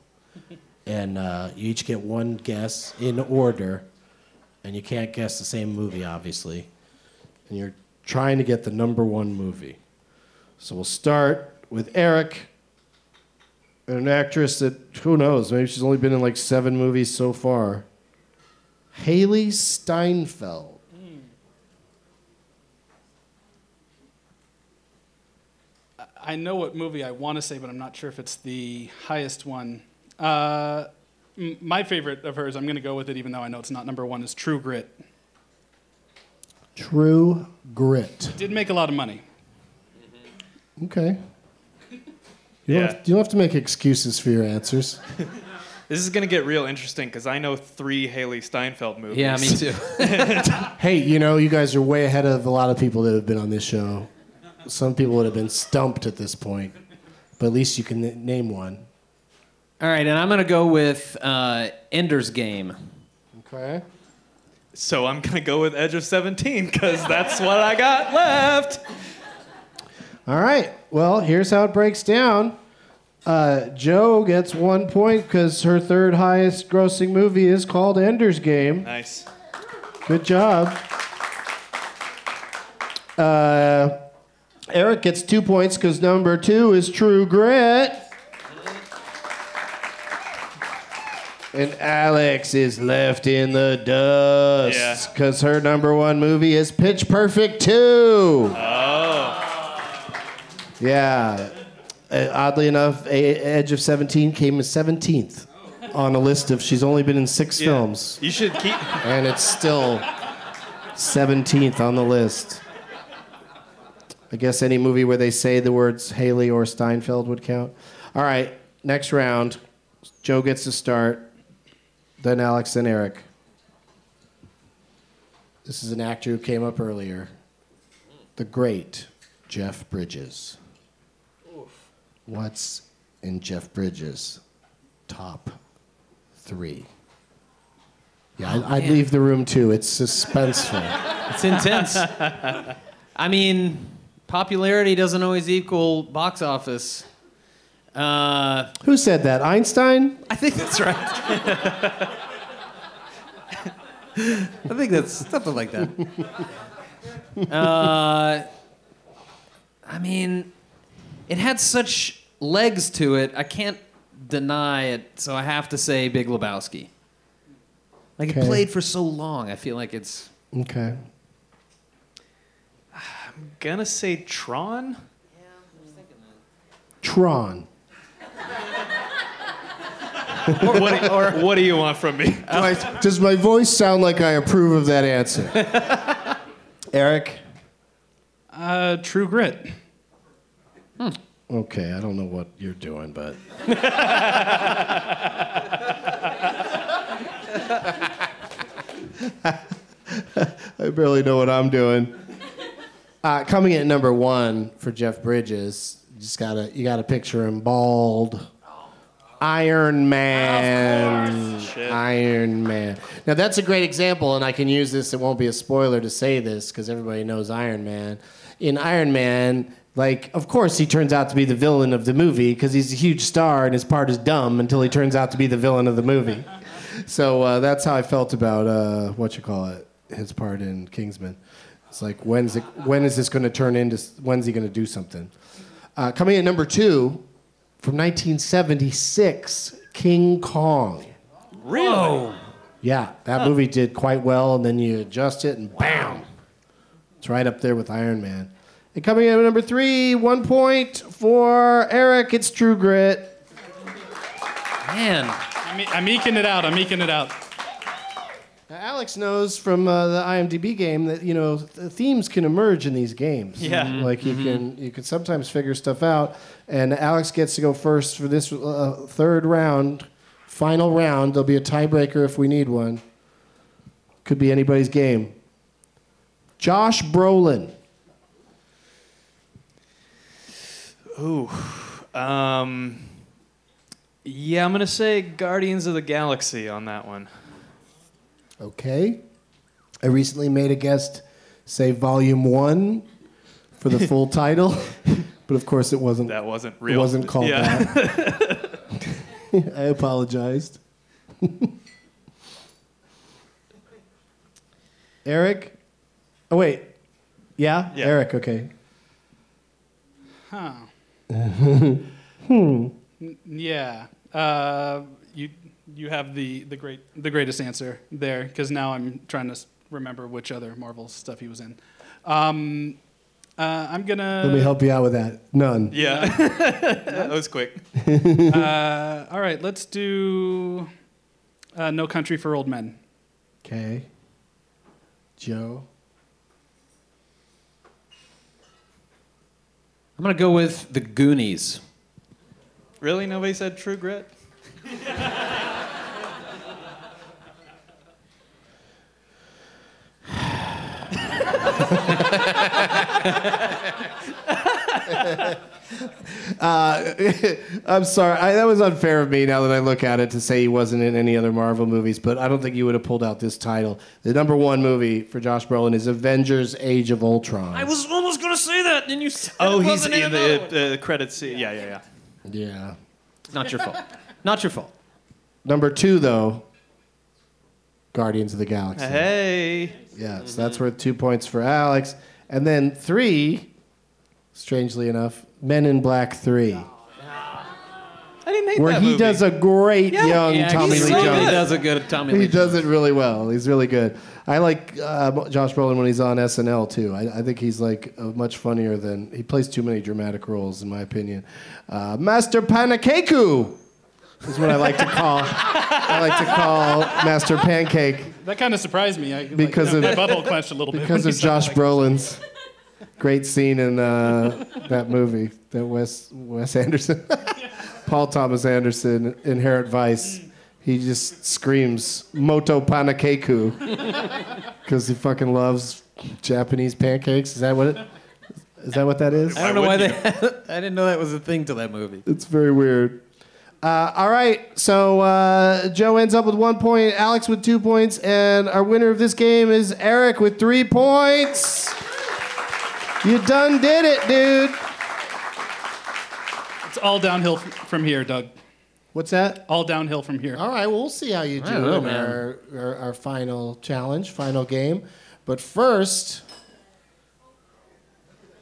Speaker 2: and uh, you each get one guess in order, and you can't guess the same movie, obviously, and you're trying to get the number one movie. So we'll start with Eric, an actress that who knows, maybe she's only been in like seven movies so far. Haley Steinfeld.
Speaker 4: I know what movie I want to say, but I'm not sure if it's the highest one. Uh, m- my favorite of hers, I'm going to go with it, even though I know it's not number one, is True Grit.
Speaker 2: True Grit.
Speaker 4: Did make a lot of money.
Speaker 2: Okay. You, don't
Speaker 5: Yeah.
Speaker 2: have, you don't have to make excuses for your answers.
Speaker 5: This is going to get real interesting because I know three Haley Steinfeld movies.
Speaker 3: Yeah, me too.
Speaker 2: Hey, you know, you guys are way ahead of a lot of people that have been on this show. Some people would have been stumped at this point, but at least you can n- name one.
Speaker 3: All right, and I'm going to go with uh, Ender's Game.
Speaker 2: Okay.
Speaker 5: so I'm going to go with Edge of 17 because that's what I got left.
Speaker 2: All right. Well, here's how it breaks down. Uh, Joe gets one point because her third highest grossing movie is called Ender's Game.
Speaker 5: Nice.
Speaker 2: Good job. Uh, Eric gets two points because number two is True Grit. And Alex is left in the dust
Speaker 5: Yeah.
Speaker 2: because her number one movie is Pitch Perfect 2.
Speaker 5: Oh.
Speaker 2: Yeah. Uh, oddly enough, A- Edge of 17 came in 17th on a list of she's only been in six
Speaker 5: Yeah.
Speaker 2: films,
Speaker 5: You should keep.
Speaker 2: and it's still 17th on the list. I guess any movie where they say the words Haley or Steinfeld would count. All right, next round. Joe gets to start. then Alex, then Eric. This is an actor who came up earlier, the great Jeff Bridges. What's in Jeff Bridges' top three? Yeah, I, I'd
Speaker 3: Man.
Speaker 2: leave the room too. It's suspenseful.
Speaker 3: It's intense. I mean, popularity doesn't always equal box office. Uh,
Speaker 2: Who said that? Einstein?
Speaker 3: I think that's right. I think that's something like that. Uh, I mean, it had such legs to it. I can't deny it, so I have to say Big Lebowski. Like it
Speaker 2: Okay.
Speaker 3: played for so long. I feel like it's
Speaker 2: Okay.
Speaker 5: Gonna say Tron?
Speaker 2: Tron.
Speaker 5: or, what do, or what do you want from me?
Speaker 2: Do I- does my voice sound like I approve of that answer? Eric?
Speaker 4: Uh, True Grit.
Speaker 2: Okay, I don't know what you're doing, but. I barely know what I'm doing. Uh, coming in at number one for Jeff Bridges, you just gotta you gotta picture him bald, Iron Man, Iron Man. Now that's a great example, and I can use this. It won't be a spoiler to say this because everybody knows Iron Man. In Iron Man, like of course he turns out to be the villain of the movie because he's a huge star and his part is dumb until he turns out to be the villain of the movie. So uh, that's how I felt about uh, what you call it, his part in Kingsman. It's like when's it, when is this going to turn into? When's he going to do something? Uh, coming in number two, from 1976, King Kong.
Speaker 3: really.
Speaker 2: Yeah, that movie did quite well, and then you adjust it, and bam, it's right up there with Iron Man. And coming in at number three, one point for Eric. It's True Grit.
Speaker 3: Man,
Speaker 4: I'm, e- I'm eking it out. I'm eking it out.
Speaker 2: Now, Alex knows from uh, the IMDb game that you know th- themes can emerge in these games.
Speaker 5: Yeah. Mhm.
Speaker 2: like you can you can sometimes figure stuff out. And Alex gets to go first for this uh, third round, final round. There'll be a tiebreaker if we need one. Could be anybody's game. Josh Brolin.
Speaker 5: Ooh. Um, yeah, I'm gonna say Guardians of the Galaxy on that one.
Speaker 2: Okay. I recently made a guest say Volume One for the full title, but of course it wasn't.
Speaker 5: That wasn't real.
Speaker 2: It wasn't called
Speaker 5: Yeah.
Speaker 2: that. I apologized. Eric? Oh, wait. Yeah?
Speaker 5: Yeah.
Speaker 2: Eric, okay.
Speaker 4: Huh. N- yeah. Uh, you you have the, the great the greatest answer there because now I'm trying to s- remember which other Marvel stuff he was in. Um, uh, I'm gonna.
Speaker 2: Let me help you out with that. None.
Speaker 5: Yeah. that was quick.
Speaker 4: Uh, all right, let's do uh, No Country for Old Men.
Speaker 2: Okay. Joe?
Speaker 3: I'm gonna go with the Goonies.
Speaker 5: Really? Nobody said True Grit?
Speaker 2: I'm sorry. I, that was unfair of me now that I look at it to say he wasn't in any other Marvel movies, but I don't think you would have pulled out this title. The number one movie for Josh Brolin is Avengers Age of Ultron.
Speaker 3: I was almost gonna say that, and you. Said
Speaker 5: Oh,
Speaker 3: it
Speaker 5: he's
Speaker 3: wasn't
Speaker 5: in
Speaker 3: another one.
Speaker 5: the uh, credits. Yeah, yeah, yeah.
Speaker 2: yeah.
Speaker 3: Not your fault. Not your fault.
Speaker 2: Number two, though, Guardians of the Galaxy.
Speaker 5: Hey.
Speaker 2: Yeah, so that's worth two points for Alex. And then three, strangely enough, Men in Black 3,
Speaker 5: I didn't hate
Speaker 2: where
Speaker 5: that
Speaker 2: he
Speaker 5: movie.
Speaker 2: does a great young
Speaker 3: Yeah,
Speaker 2: Tommy
Speaker 3: he's
Speaker 2: Lee
Speaker 3: so good.
Speaker 2: Jones.
Speaker 3: He does a good Tommy Lee.
Speaker 2: He
Speaker 3: Jones.
Speaker 2: does it really well. He's really good. I like uh, Josh Brolin when he's on SNL too. I, I think he's like uh, much funnier than he plays too many dramatic roles, in my opinion. Uh, Master Panakeku is what I like to call. I like to call Master Pancake
Speaker 4: That kind of surprised me. I,
Speaker 2: Because
Speaker 4: like,
Speaker 2: of-
Speaker 4: my bubble clashed a little bit.
Speaker 2: because
Speaker 4: when
Speaker 2: of
Speaker 4: you said
Speaker 2: Josh Brolin's great scene in uh, that movie, that Wes Wes Anderson, Paul Thomas Anderson, Inherent Vice. He just screams "Moto Panakeku" because he fucking loves Japanese pancakes. Is that what it? Is that what that is?
Speaker 3: I don't know why they. I didn't know that was a thing till that movie.
Speaker 2: It's very weird. Uh, all right, so uh, Joe ends up with one point, Alex with two points, and our winner of this game is Eric with three points. You done did it, dude.
Speaker 4: It's all downhill f- from here, Doug.
Speaker 2: What's that?
Speaker 4: All downhill from here.
Speaker 2: All right, well, we'll see how you
Speaker 4: I
Speaker 2: do
Speaker 4: don't know,
Speaker 2: in
Speaker 4: man.
Speaker 2: our, our, our final challenge, final game. But first,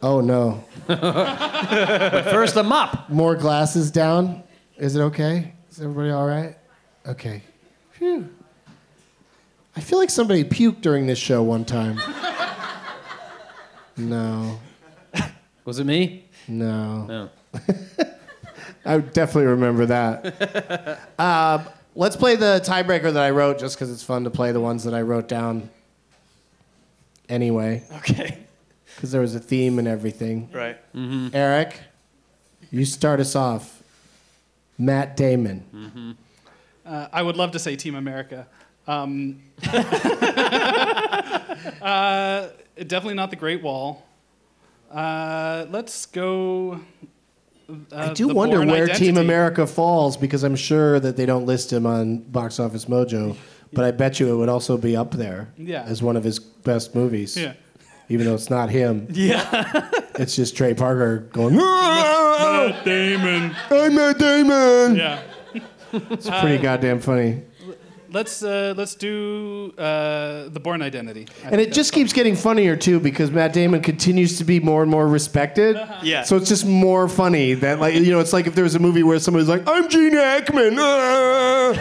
Speaker 2: oh no,
Speaker 3: But first, a mop.
Speaker 2: more glasses down. Is it okay? Is everybody all right? Okay. Phew. I feel like somebody puked during this show one time. no,
Speaker 3: Was it me?
Speaker 2: no.
Speaker 3: No.
Speaker 2: I would definitely remember that. um, let's play the tiebreaker that I wrote just because it's fun to play the ones that I wrote down anyway,
Speaker 5: Okay.
Speaker 2: because there was a theme and everything.
Speaker 5: Right.
Speaker 2: Eric, you start us off. Matt Damon.
Speaker 4: Uh, I would love to say Team America. Um, uh, definitely not the Great Wall. Uh, let's go. Uh,
Speaker 2: I do
Speaker 4: The
Speaker 2: wonder
Speaker 4: Bourne
Speaker 2: where Team
Speaker 4: Identity.
Speaker 2: America falls because I'm sure that they don't list him on Box Office Mojo, but I bet you it would also be up there
Speaker 4: Yeah.
Speaker 2: as one of his best movies.
Speaker 4: Yeah.
Speaker 2: Even though it's not him. Yeah. it's just Trey Parker going, "Ah,
Speaker 4: Matt Damon.
Speaker 2: I'm Matt Damon.
Speaker 4: Yeah.
Speaker 2: It's pretty goddamn funny.
Speaker 4: Let's uh, let's do uh, the Born Identity. I
Speaker 2: And
Speaker 4: think
Speaker 2: it just keeps getting funnier too because Matt Damon continues to be more and more respected.
Speaker 4: Uh-huh.
Speaker 5: Yeah.
Speaker 2: So it's just more funny that like you know it's like if there was a movie where somebody's like I'm Gene Hackman. ah."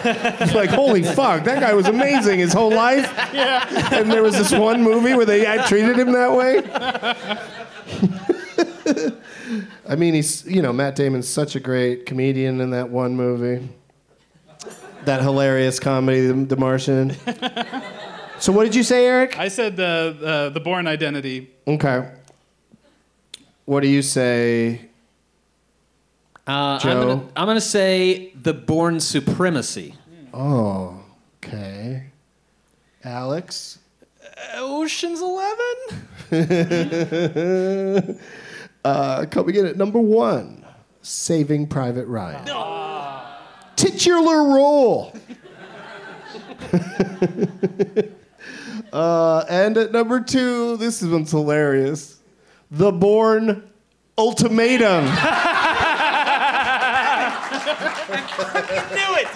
Speaker 2: It's like holy fuck that guy was amazing his whole life. Yeah. And there was this one movie where they had treated him that way. I mean he's you know Matt Damon's such a great comedian in that one movie. That hilarious comedy The, the Martian. So what did you say Eric?
Speaker 4: I said the uh, the Born Identity.
Speaker 2: Okay. What do you say?
Speaker 3: Uh,
Speaker 2: Joe?
Speaker 3: I'm gonna, I'm gonna say the Born Supremacy.
Speaker 2: Oh, okay. Alex?
Speaker 3: Ocean's Eleven.
Speaker 2: Uh, coming in at number one Saving Private Ryan. Titular role. uh, and at number two, this one's hilarious The Born Ultimatum.
Speaker 3: Knew it.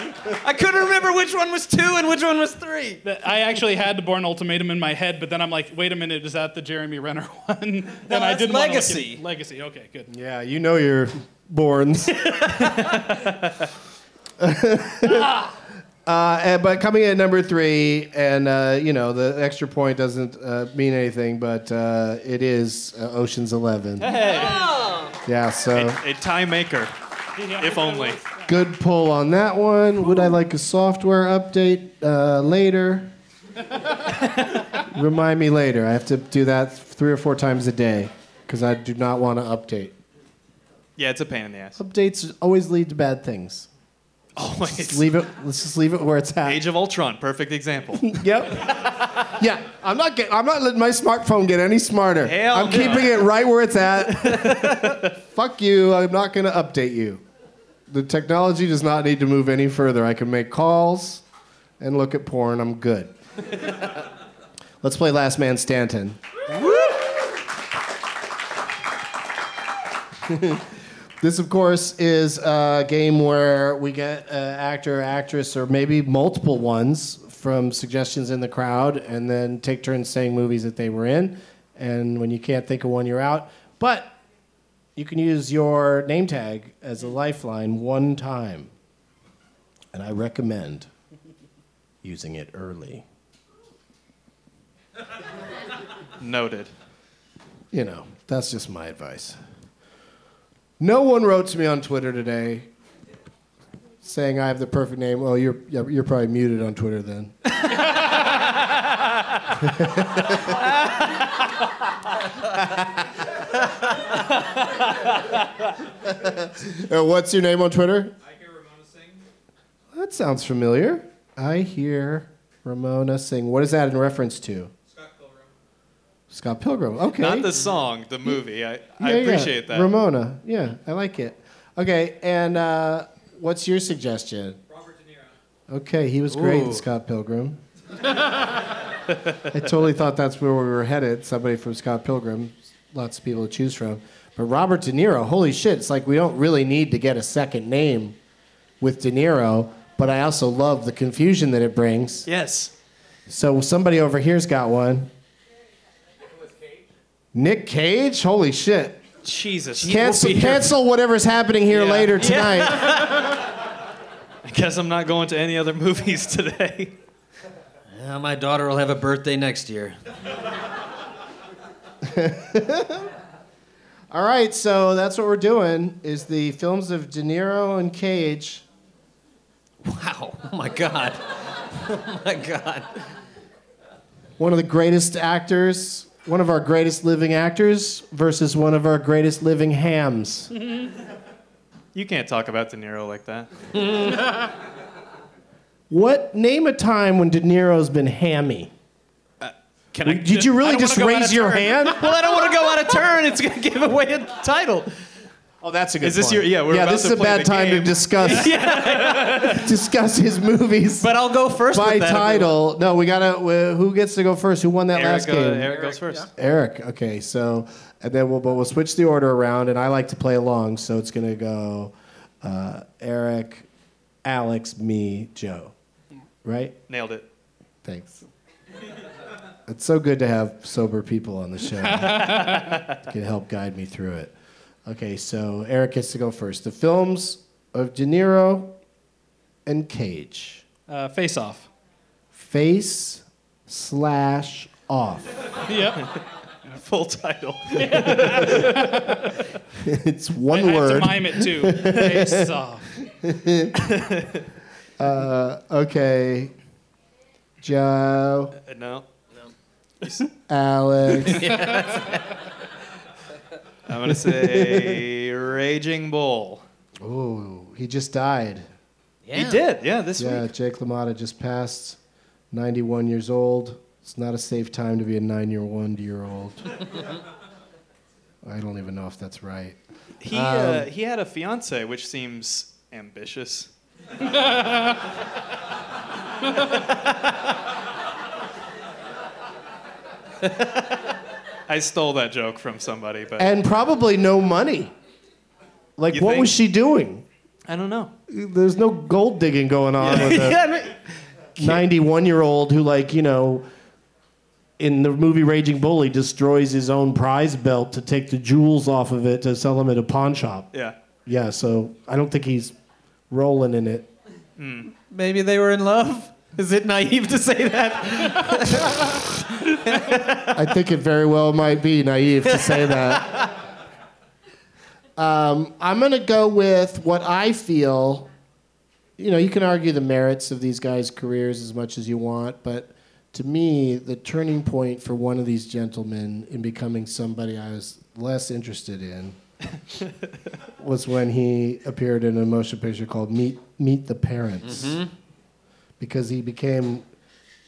Speaker 3: I couldn't remember which one was two and which one was three.
Speaker 4: That- I actually had the Born Ultimatum in my head, but then I'm like, wait a minute, is that the Jeremy Renner one? and
Speaker 3: No,
Speaker 4: I
Speaker 3: that's
Speaker 4: didn't wanna look
Speaker 3: Legacy.
Speaker 4: at- Legacy. Okay, good.
Speaker 2: Yeah, you know your borns. uh, and- but coming in at number three, and uh, you know the extra point doesn't uh, mean anything, but uh, it is uh, Ocean's Eleven. Yeah, so
Speaker 5: A tie maker, if only.
Speaker 2: good pull on that one. Would I like a software update uh, later? Remind me later. I have to do that three or four times a day because I do not want to update.
Speaker 5: Yeah, it's a pain in the ass.
Speaker 2: Updates always lead to bad things. Just
Speaker 5: Always.
Speaker 2: leave it. Let's just leave it where it's at.
Speaker 5: Age of Ultron, perfect example.
Speaker 2: Yep. yeah, I'm not. Get, I'm not letting my smartphone get any smarter.
Speaker 5: Hell
Speaker 2: I'm
Speaker 5: no.
Speaker 2: keeping it right where it's at. Fuck you. I'm not going to update you. The technology does not need to move any further. I can make calls and look at porn. I'm good. Let's play Last Man Stanton. This, of course, is a game where we get an actor, actress, or maybe multiple ones from suggestions in the crowd, and then take turns saying movies that they were in. And when you can't think of one, you're out. But you can use your name tag as a lifeline one time. And I recommend using it early.
Speaker 5: Noted.
Speaker 2: you know, that's just my advice. No one wrote to me on Twitter today saying I have the perfect name. Well, you're yeah, you're probably muted on Twitter then. Uh, what's your name on Twitter? That sounds familiar. I hear Ramona sing. What is that in reference to? Scott Pilgrim. Scott Pilgrim. Okay.
Speaker 5: Not the song, the movie. I, I
Speaker 2: Yeah, yeah.
Speaker 5: appreciate that.
Speaker 2: Ramona. Yeah, I like it. Okay, and uh, what's your suggestion? Robert De Niro. Okay, he was great in
Speaker 5: Ooh.
Speaker 2: Scott Pilgrim. I totally thought that's where we were headed. Somebody from Scott Pilgrim. Lots of people to choose from. But Robert De Niro, holy shit, it's like we don't really need to get a second name with De Niro, but I also love the confusion that it brings.
Speaker 5: Yes.
Speaker 2: So somebody over here's got one. Nick Cage? Holy shit.
Speaker 5: Jesus. he
Speaker 2: Cancel,
Speaker 5: won't be here.
Speaker 2: cancel whatever's happening here
Speaker 5: Yeah.
Speaker 2: later tonight.
Speaker 5: I guess I'm not going to any other movies today.
Speaker 3: Yeah, Uh, my daughter will have a birthday next year.
Speaker 2: All right, so that's what we're doing is the films of De Niro and Cage.
Speaker 3: Wow. Oh my God. Oh my God.
Speaker 2: One of the greatest actors, one of our greatest living actors versus one of our greatest living hams.
Speaker 5: You can't talk about De Niro like that.
Speaker 2: What name a time when De Niro's been hammy?
Speaker 5: Can I,
Speaker 2: Did you really just raise your hand?
Speaker 5: well, I don't want to go out of turn. It's going to give away a title.
Speaker 2: Oh, that's a good
Speaker 5: Is this your- yeah, we're
Speaker 2: yeah,
Speaker 5: about
Speaker 2: this
Speaker 5: to
Speaker 2: is a
Speaker 5: play
Speaker 2: bad
Speaker 5: the
Speaker 2: time to
Speaker 5: game.
Speaker 2: discuss discuss his movies
Speaker 3: But I'll go first
Speaker 2: by
Speaker 3: with that.
Speaker 2: title. No, we gotta. wh- Who gets to go first? Who won that
Speaker 5: Eric,
Speaker 2: last
Speaker 5: go-
Speaker 2: game?
Speaker 5: Eric goes first.
Speaker 2: Eric. Okay, so and then we'll but we'll switch the order around, and I like to play along, so it's gonna go uh, Eric, Alex, me, Joe. Right?
Speaker 5: Nailed it.
Speaker 2: Thanks. It's so good to have sober people on the show. that can help guide me through it. Okay, so Eric gets to go first. The films of De Niro and Cage.
Speaker 4: Uh, face off.
Speaker 2: Face slash off.
Speaker 4: Yep.
Speaker 5: Full title.
Speaker 2: It's
Speaker 4: I
Speaker 2: one
Speaker 4: have to
Speaker 2: word.
Speaker 4: mime it too. Face off.
Speaker 2: Okay. Joe,
Speaker 5: Uh, no.
Speaker 2: Alex,
Speaker 5: I'm going to say Raging Bull.
Speaker 2: Ooh, he just died.
Speaker 3: Yeah.
Speaker 5: He did. Yeah, this
Speaker 2: yeah,
Speaker 5: week.
Speaker 2: Jake LaMotta just passed, 91 years old. It's not a safe time to be a nine year, one year old. I don't even know if that's right.
Speaker 5: He, uh, he had a fiance, which seems ambitious. I stole that joke from somebody, but
Speaker 2: And probably no money. Like,
Speaker 5: You
Speaker 2: what
Speaker 5: think?
Speaker 2: was she doing?
Speaker 5: I don't know.
Speaker 2: There's no gold digging going on with a
Speaker 5: yeah, I mean-
Speaker 2: 91 year old who, like, you know, in the movie Raging Bully, destroys his own prize belt to take the jewels off of it to sell them at a pawn shop.
Speaker 5: yeah.
Speaker 2: Yeah, so I don't think he's rolling in it.
Speaker 3: Maybe they were in love. Is it naive to say that?
Speaker 2: I think it very well might be naive to say that. Um, I'm going to go with what I feel. You know, you can argue the merits of these guys' careers as much as you want, but to me, the turning point for one of these gentlemen in becoming somebody I was less interested in was when he appeared in a motion picture called Meet, Meet the Parents. Because he became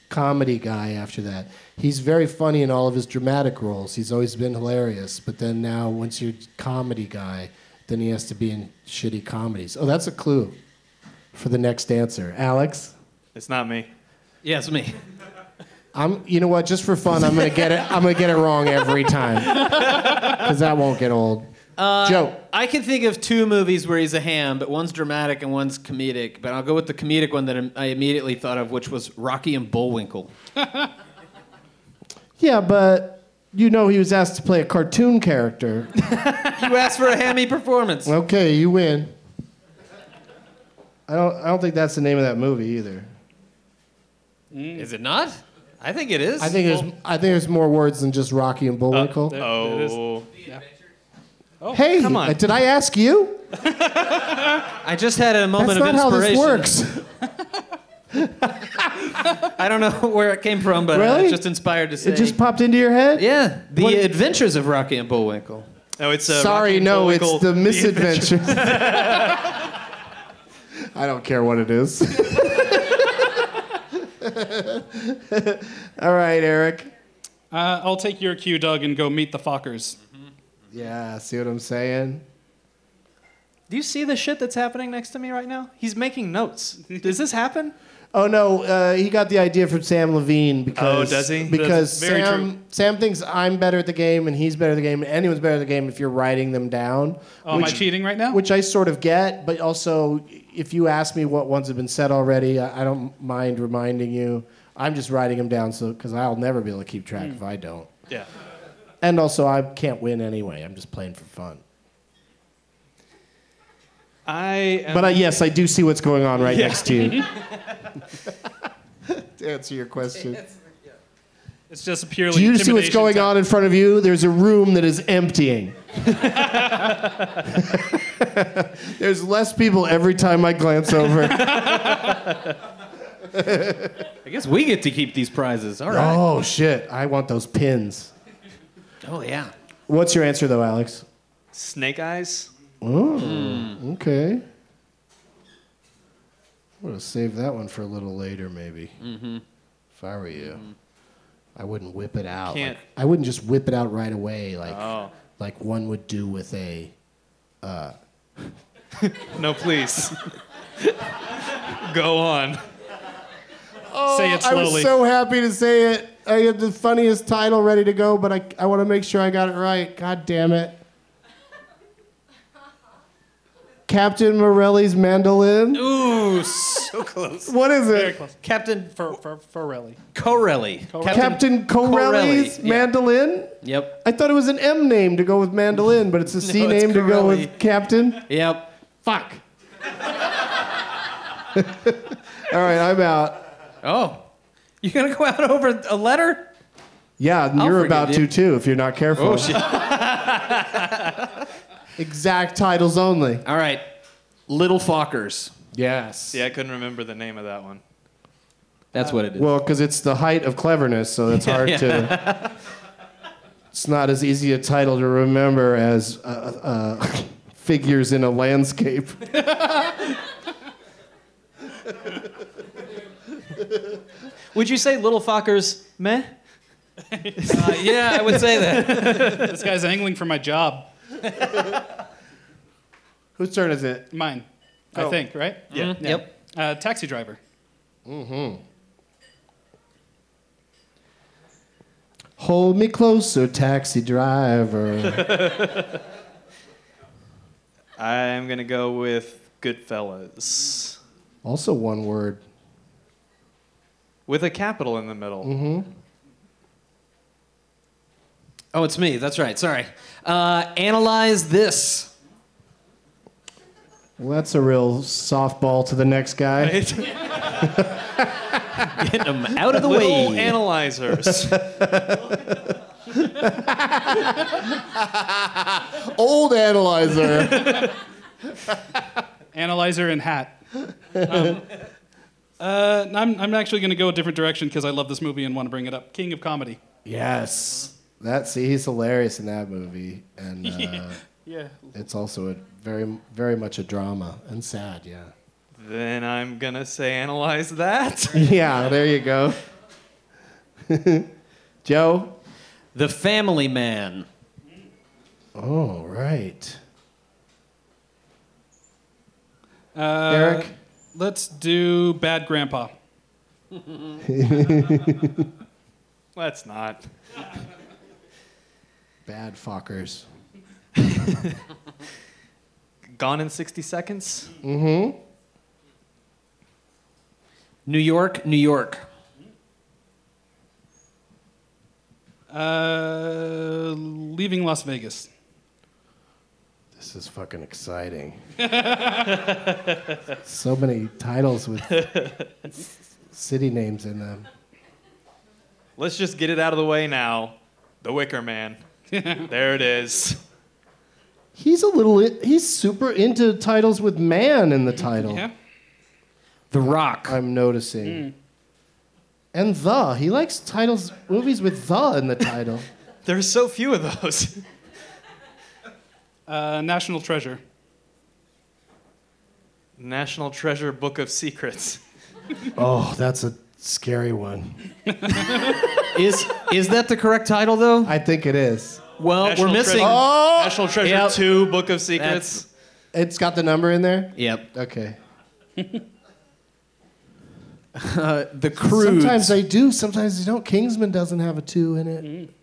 Speaker 2: comedy guy after that. He's very funny in all of his dramatic roles. He's always been hilarious, but then now once you're comedy guy, then he has to be in shitty comedies. Oh, that's a clue for the next answer. Alex,
Speaker 5: It's not me.
Speaker 3: Yes, me.
Speaker 2: I'm you know what, just for fun, I'm going to get it I'm going to get it wrong every time. Cuz that won't get old. Joe,
Speaker 3: I can think of two movies where he's a ham, but one's dramatic and one's comedic. But I'll go with the comedic one that I- I immediately thought of, which was Rocky and Bullwinkle.
Speaker 2: yeah, but you know he was asked to play a cartoon character.
Speaker 3: You asked for a hammy performance.
Speaker 2: Okay, you win. I don't I don't think that's the name of that movie either.
Speaker 3: Is it not? I think it is.
Speaker 2: I think there's I think there's more words than just Rocky and Bullwinkle.
Speaker 4: There- there it is.
Speaker 5: Oh,
Speaker 2: hey,
Speaker 5: come on.
Speaker 2: uh, did I ask you?
Speaker 3: I just had a moment
Speaker 2: That's
Speaker 3: of
Speaker 2: not how
Speaker 3: inspiration.
Speaker 2: this works.
Speaker 3: I don't know where it came from, but I
Speaker 2: Really?
Speaker 3: was just inspired to say.
Speaker 2: It just popped into your head.
Speaker 3: yeah, The
Speaker 2: What-
Speaker 3: Adventures of Rocky and Bullwinkle.
Speaker 5: no, it's uh,
Speaker 2: Sorry,
Speaker 5: Rocky
Speaker 2: no, it's
Speaker 5: Bullwinkle,
Speaker 2: the misadventure. I don't care what it is. All right, Eric.
Speaker 4: Uh, I'll take your cue, Doug, and go meet the Fockers.
Speaker 2: Yeah, see what I'm saying?
Speaker 5: Do you see the shit that's happening next to me right now? He's making notes. Does this happen?
Speaker 2: Oh no, uh, he got the idea from Sam Levine because
Speaker 5: Oh, does he?
Speaker 2: Because
Speaker 5: That's very
Speaker 2: Sam
Speaker 5: true.
Speaker 2: Sam thinks I'm better at the game and he's better at the game and anyone's better at the game if you're writing them down.
Speaker 4: Oh, am I cheating right now?
Speaker 2: Which I sort of get, but also if you ask me what ones have been said already, I, I don't mind reminding you. I'm just writing them down so because I'll never be able to keep track if I don't.
Speaker 5: Yeah.
Speaker 2: And also I can't win anyway. I'm just playing for fun.
Speaker 5: I. Am
Speaker 2: But uh, yes, I do see what's going on right
Speaker 5: Yeah.
Speaker 2: next to you. to answer your question.
Speaker 4: It's just purely.
Speaker 2: Do you see what's
Speaker 4: intimidation
Speaker 2: going on in front of you? There's a room that is emptying. There's less people every time I glance over.
Speaker 3: I guess we get to keep these prizes. All right.
Speaker 2: Oh shit! I want those pins.
Speaker 3: Oh, yeah.
Speaker 2: What's your answer though, Alex?
Speaker 5: Snake eyes.
Speaker 2: Oh, okay. I'm gonna save that one for a little later, maybe.
Speaker 5: Mm-hmm.
Speaker 2: If I were you, I wouldn't whip it out.
Speaker 5: Can't-
Speaker 2: Like, I wouldn't just whip it out right away, like
Speaker 5: Oh.
Speaker 2: like one would do with a. Uh,
Speaker 5: No, please. Go on.
Speaker 3: Oh,
Speaker 5: Say it
Speaker 2: I was
Speaker 5: slowly.
Speaker 2: so happy to say it. I had the funniest title ready to go, but I, I want to make sure I got it right. God damn it. Captain Morelli's mandolin.
Speaker 3: Ooh, so close.
Speaker 2: What is it?
Speaker 3: Captain
Speaker 4: For, for, Forelli.
Speaker 3: Corelli.
Speaker 2: Captain, Corelli's
Speaker 3: Corelli, yeah.
Speaker 2: mandolin.
Speaker 3: Yep.
Speaker 2: I thought it was an M name to go with mandolin, but it's a C
Speaker 3: No, it's
Speaker 2: name to go
Speaker 3: Corelli.
Speaker 2: with Captain.
Speaker 3: Yep.
Speaker 2: Fuck. All right, I'm out.
Speaker 3: Oh. You're going to go out over a letter?
Speaker 2: Yeah, and
Speaker 3: I'll
Speaker 2: you're
Speaker 3: forgive
Speaker 2: about
Speaker 3: you.
Speaker 2: to too if you're not careful.
Speaker 3: Oh, shit.
Speaker 2: Exact titles only.
Speaker 3: All right. Little Fockers.
Speaker 2: Yes.
Speaker 5: Yeah, I couldn't remember the name of that one.
Speaker 3: That's what it is.
Speaker 2: Well, because it's the height of cleverness, so it's hard
Speaker 3: Yeah.
Speaker 2: to. It's not as easy a title to remember as uh, uh, figures in a landscape.
Speaker 10: Would you say little fuckers meh?
Speaker 3: Uh, yeah, I would say
Speaker 4: that. this guy's angling for my job.
Speaker 2: Whose turn is it?
Speaker 4: Mine. I
Speaker 2: Oh.
Speaker 4: think, right?
Speaker 2: Yeah.
Speaker 3: Mm-hmm.
Speaker 2: Mhm. Yep.
Speaker 4: Uh, taxi driver.
Speaker 2: Mm-hmm. Hold me closer, taxi driver.
Speaker 5: I'm gonna go with Goodfellas
Speaker 2: also, one word.
Speaker 5: with a capital in the middle.
Speaker 2: Mm-hmm.
Speaker 3: Oh, it's me. That's right. Sorry. Uh, analyze this.
Speaker 2: Well, that's a real softball to the next guy.
Speaker 3: Get them out of the
Speaker 5: Little
Speaker 3: way.
Speaker 5: analyzers.
Speaker 2: Old analyzer.
Speaker 4: Analyzer and hat. Um, uh, I'm, I'm actually going to go a different direction because I love this movie and want to bring it up. King of Comedy.
Speaker 2: Yes. That see, he's hilarious in that movie, and uh,
Speaker 4: Yeah. Yeah.
Speaker 2: it's also a very, very much a drama and sad. Yeah.
Speaker 5: then I'm gonna say analyze that.
Speaker 2: Yeah. There you go. Joe.
Speaker 3: The Family Man.
Speaker 2: Oh right.
Speaker 4: Uh,
Speaker 2: Eric?
Speaker 4: Let's do Bad Grandpa.
Speaker 5: Let's not.
Speaker 2: Bad fuckers.
Speaker 5: Gone in 60 seconds.
Speaker 2: Mm-hmm.
Speaker 3: New York, New York.
Speaker 4: Uh, leaving Las Vegas.
Speaker 2: This is fucking exciting.
Speaker 4: That's
Speaker 2: So many titles with s- city names in them.
Speaker 5: Let's just get it out of the way now. The Wicker Man. there it is.
Speaker 2: He's a little. i- He's super into titles with man in the title.
Speaker 5: Yeah.
Speaker 3: The Rock.
Speaker 2: I'm noticing. And the. He likes titles, movies with the in the title.
Speaker 5: There's so few of those.
Speaker 4: uh, National Treasure.
Speaker 5: National Treasure Book of Secrets.
Speaker 2: Oh, that's a scary one.
Speaker 3: is is that the correct title though?
Speaker 2: I think it is.
Speaker 3: Well,
Speaker 5: National
Speaker 3: Oh, we're missing. Oh!
Speaker 5: Treasure, National Treasure
Speaker 3: Yep.
Speaker 5: 2 Book of Secrets.
Speaker 2: It's got the number in there.
Speaker 3: Yep.
Speaker 2: Okay.
Speaker 3: Uh, the crude.
Speaker 2: Sometimes they do. Sometimes they don't. Kingsman doesn't have a two in it.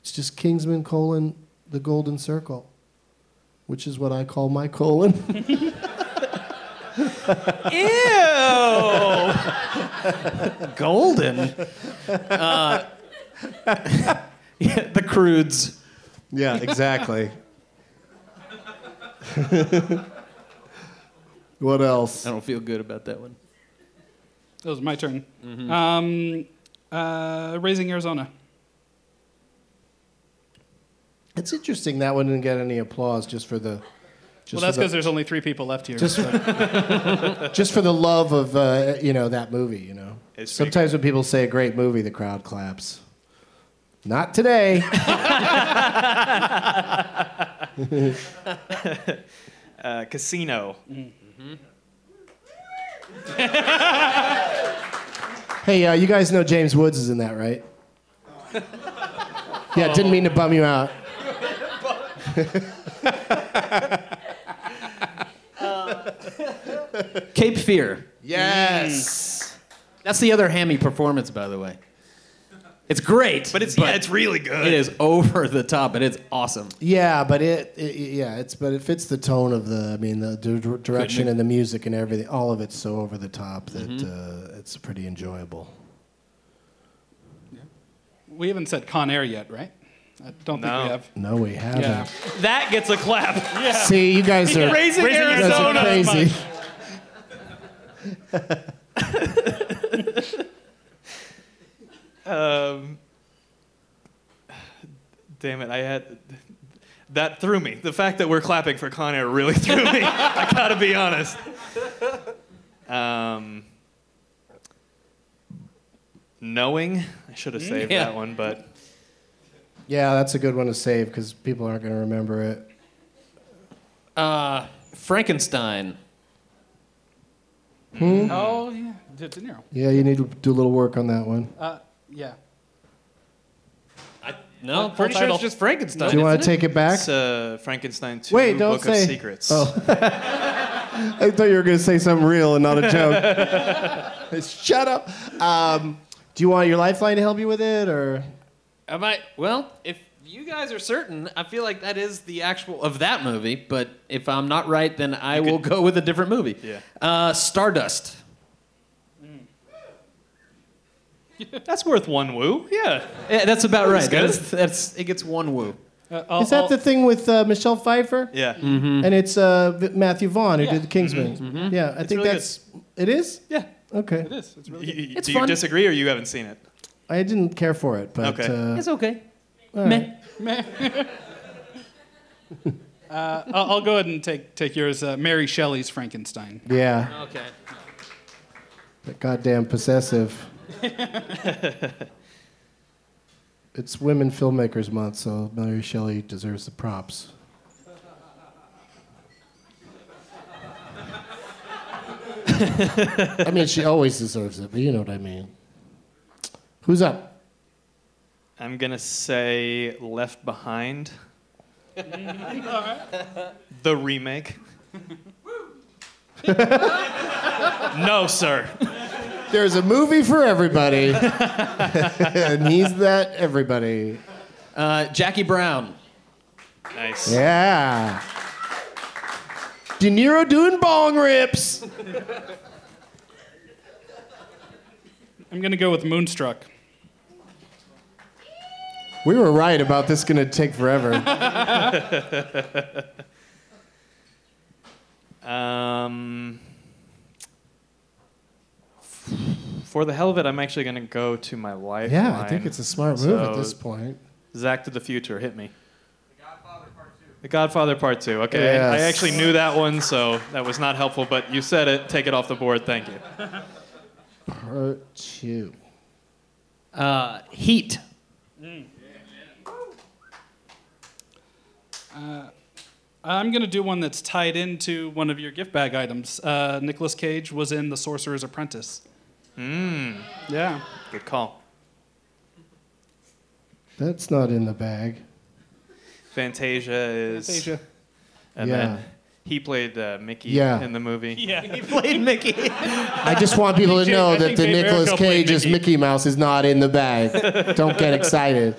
Speaker 2: It's just Kingsman colon the Golden Circle, which is what I call my colon.
Speaker 3: Ew. Golden. Uh, yeah, the crudes.
Speaker 2: yeah, exactly. what else?
Speaker 3: I don't feel good about that one.
Speaker 4: That was my turn. Um, uh, Raising Arizona.
Speaker 2: It's interesting that one didn't get any applause just for the. Just
Speaker 4: well, that's
Speaker 2: for the-
Speaker 4: because there's only three people left here.
Speaker 2: just for, just for the love of uh, you know that movie. You know,
Speaker 5: It's pretty
Speaker 2: sometimes when people say a great movie, the crowd claps. Not today.
Speaker 5: Uh, casino.
Speaker 2: hey, uh, you guys know James Woods is in that, right? Yeah, didn't mean to bum you out.
Speaker 3: Cape Fear. Mm.
Speaker 2: Yes.
Speaker 3: That's the other hammy performance, by the way. It's great, but
Speaker 5: it's yeah, it's really good.
Speaker 3: It is over the top, but it's awesome.
Speaker 2: Yeah, but it, it yeah, it's but it fits the tone of the I mean the d- direction
Speaker 3: it?
Speaker 2: and the music and everything. All of it's so over the top that uh, it's pretty enjoyable.
Speaker 4: we haven't said Con Air yet, right? I don't think we have.
Speaker 2: No, we haven't.
Speaker 4: Yeah.
Speaker 5: That gets a clap.
Speaker 2: See, you guys are
Speaker 5: Raising
Speaker 2: you guys are
Speaker 5: Arizona.
Speaker 2: crazy.
Speaker 5: Um, damn it, I had that threw me. The fact that we're clapping for Con Air really threw me. I gotta be honest. Um, knowing, I should have saved
Speaker 3: Yeah.
Speaker 5: that one, but
Speaker 2: Yeah, that's a good one to save because people aren't going to remember it.
Speaker 3: Uh, Frankenstein.
Speaker 4: Oh yeah, De, De Niro.
Speaker 2: Yeah, you need to do a little work on that one.
Speaker 4: Uh, yeah.
Speaker 3: No,
Speaker 4: Full
Speaker 3: pretty sure
Speaker 4: title.
Speaker 3: it's just Frankenstein.
Speaker 2: Do you want
Speaker 3: isn't
Speaker 2: to
Speaker 3: it?
Speaker 2: take it back?
Speaker 5: it's uh, Frankenstein 2
Speaker 2: Wait, don't
Speaker 5: Book
Speaker 2: say-
Speaker 5: of Secrets.
Speaker 2: Oh. I thought you were going to say something real and not a joke. Shut up. Um, do you want your lifeline to help you with it, or
Speaker 3: Am I? Well, if you guys are certain, I feel like that is the actual of that movie. But if I'm not right, then I will go with a different movie.
Speaker 5: Yeah.
Speaker 3: Uh, Stardust.
Speaker 5: That's worth one woo. Yeah.
Speaker 3: Yeah, that's about right.
Speaker 5: good.
Speaker 3: That's, that's it gets one woo.
Speaker 4: Uh, I'll-
Speaker 2: is that
Speaker 4: I'll-
Speaker 2: the thing with uh, Michelle Pfeiffer?
Speaker 5: Yeah.
Speaker 2: And it's uh, V- Matthew Vaughn who
Speaker 4: Mm-hmm. Yeah. Mm-hmm.
Speaker 2: did The Kingsman. Yeah, I think
Speaker 5: really
Speaker 2: that's it is.
Speaker 5: Yeah.
Speaker 2: Okay,
Speaker 4: It is. It's really
Speaker 5: You-
Speaker 4: good.
Speaker 5: you-
Speaker 3: It's
Speaker 5: do
Speaker 3: fun.
Speaker 5: you disagree or you haven't seen it?
Speaker 2: I didn't care for it, but
Speaker 5: Okay.
Speaker 2: uh,
Speaker 3: It's okay.
Speaker 2: all right.
Speaker 3: Meh.
Speaker 4: I'll, I'll go ahead and take take yours. Uh, Mary Shelley's Frankenstein.
Speaker 2: yeah,
Speaker 3: Okay.
Speaker 2: that goddamn possessive. it's Women Filmmakers Month, so Mary Shelley deserves the props. I mean, she always deserves it, but you know what I mean. Who's up?
Speaker 5: I'm gonna say Left Behind. the remake. no, sir.
Speaker 2: There's a movie for everybody. and he's that everybody.
Speaker 3: Uh, Jackie Brown.
Speaker 5: Nice.
Speaker 2: Yeah. De Niro doing bong rips.
Speaker 4: I'm gonna go with Moonstruck.
Speaker 2: We were right about this going to take forever.
Speaker 5: Um, for the hell of it, I'm actually gonna go to my life.
Speaker 2: yeah, I think it's a smart move at this point.
Speaker 5: Zach to the future, hit me. The Godfather Part Two. The Godfather Part Two. Okay, I- I
Speaker 2: Yes.
Speaker 5: actually knew that one, so that was not helpful. But you said it. Take it off the board. Thank you.
Speaker 2: Part two.
Speaker 3: Uh, Heat.
Speaker 4: Uh, I'm going to do one that's tied into one of your gift bag items. Uh, Nicholas Cage was in The Sorcerer's Apprentice.
Speaker 5: Mm.
Speaker 4: Yeah.
Speaker 5: Good call.
Speaker 2: That's not in the bag.
Speaker 5: Fantasia is.
Speaker 2: Fantasia.
Speaker 5: And
Speaker 2: Yeah.
Speaker 5: then he played uh, Mickey
Speaker 2: Yeah.
Speaker 5: in the movie.
Speaker 4: Yeah,
Speaker 3: he played Mickey.
Speaker 4: Uh,
Speaker 2: I just want people to know that the Nicolas Cage is
Speaker 5: Mickey.
Speaker 2: Mickey Mouse is not in the bag. Don't get excited.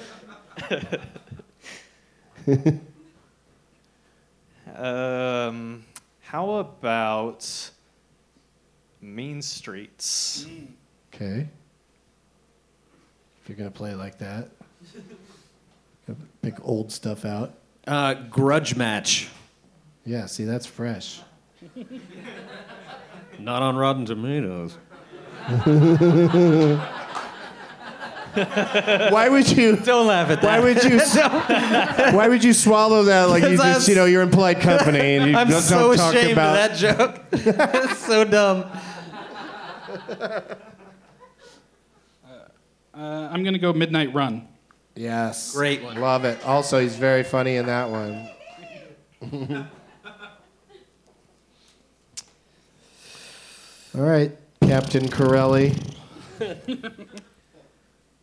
Speaker 5: Um, how about Mean Streets?
Speaker 3: Mm.
Speaker 2: Okay. If you're gonna play like that, gotta pick old stuff out.
Speaker 3: Uh, grudge match.
Speaker 2: Yeah, see, that's fresh.
Speaker 3: Not on Rotten Tomatoes.
Speaker 2: why would you?
Speaker 3: Don't laugh at that.
Speaker 2: Why would you?
Speaker 3: Don't.
Speaker 2: why would you swallow that like you
Speaker 3: Because I'm
Speaker 2: just you know you're in polite company and you
Speaker 3: I'm
Speaker 2: don't,
Speaker 3: so
Speaker 2: don't talk
Speaker 3: ashamed
Speaker 2: about
Speaker 3: of that joke. It's so dumb.
Speaker 4: Uh, I'm going to go Midnight Run.
Speaker 2: Yes.
Speaker 4: Great one.
Speaker 2: Love it. Also, he's very funny in that one. All right, Captain Corelli.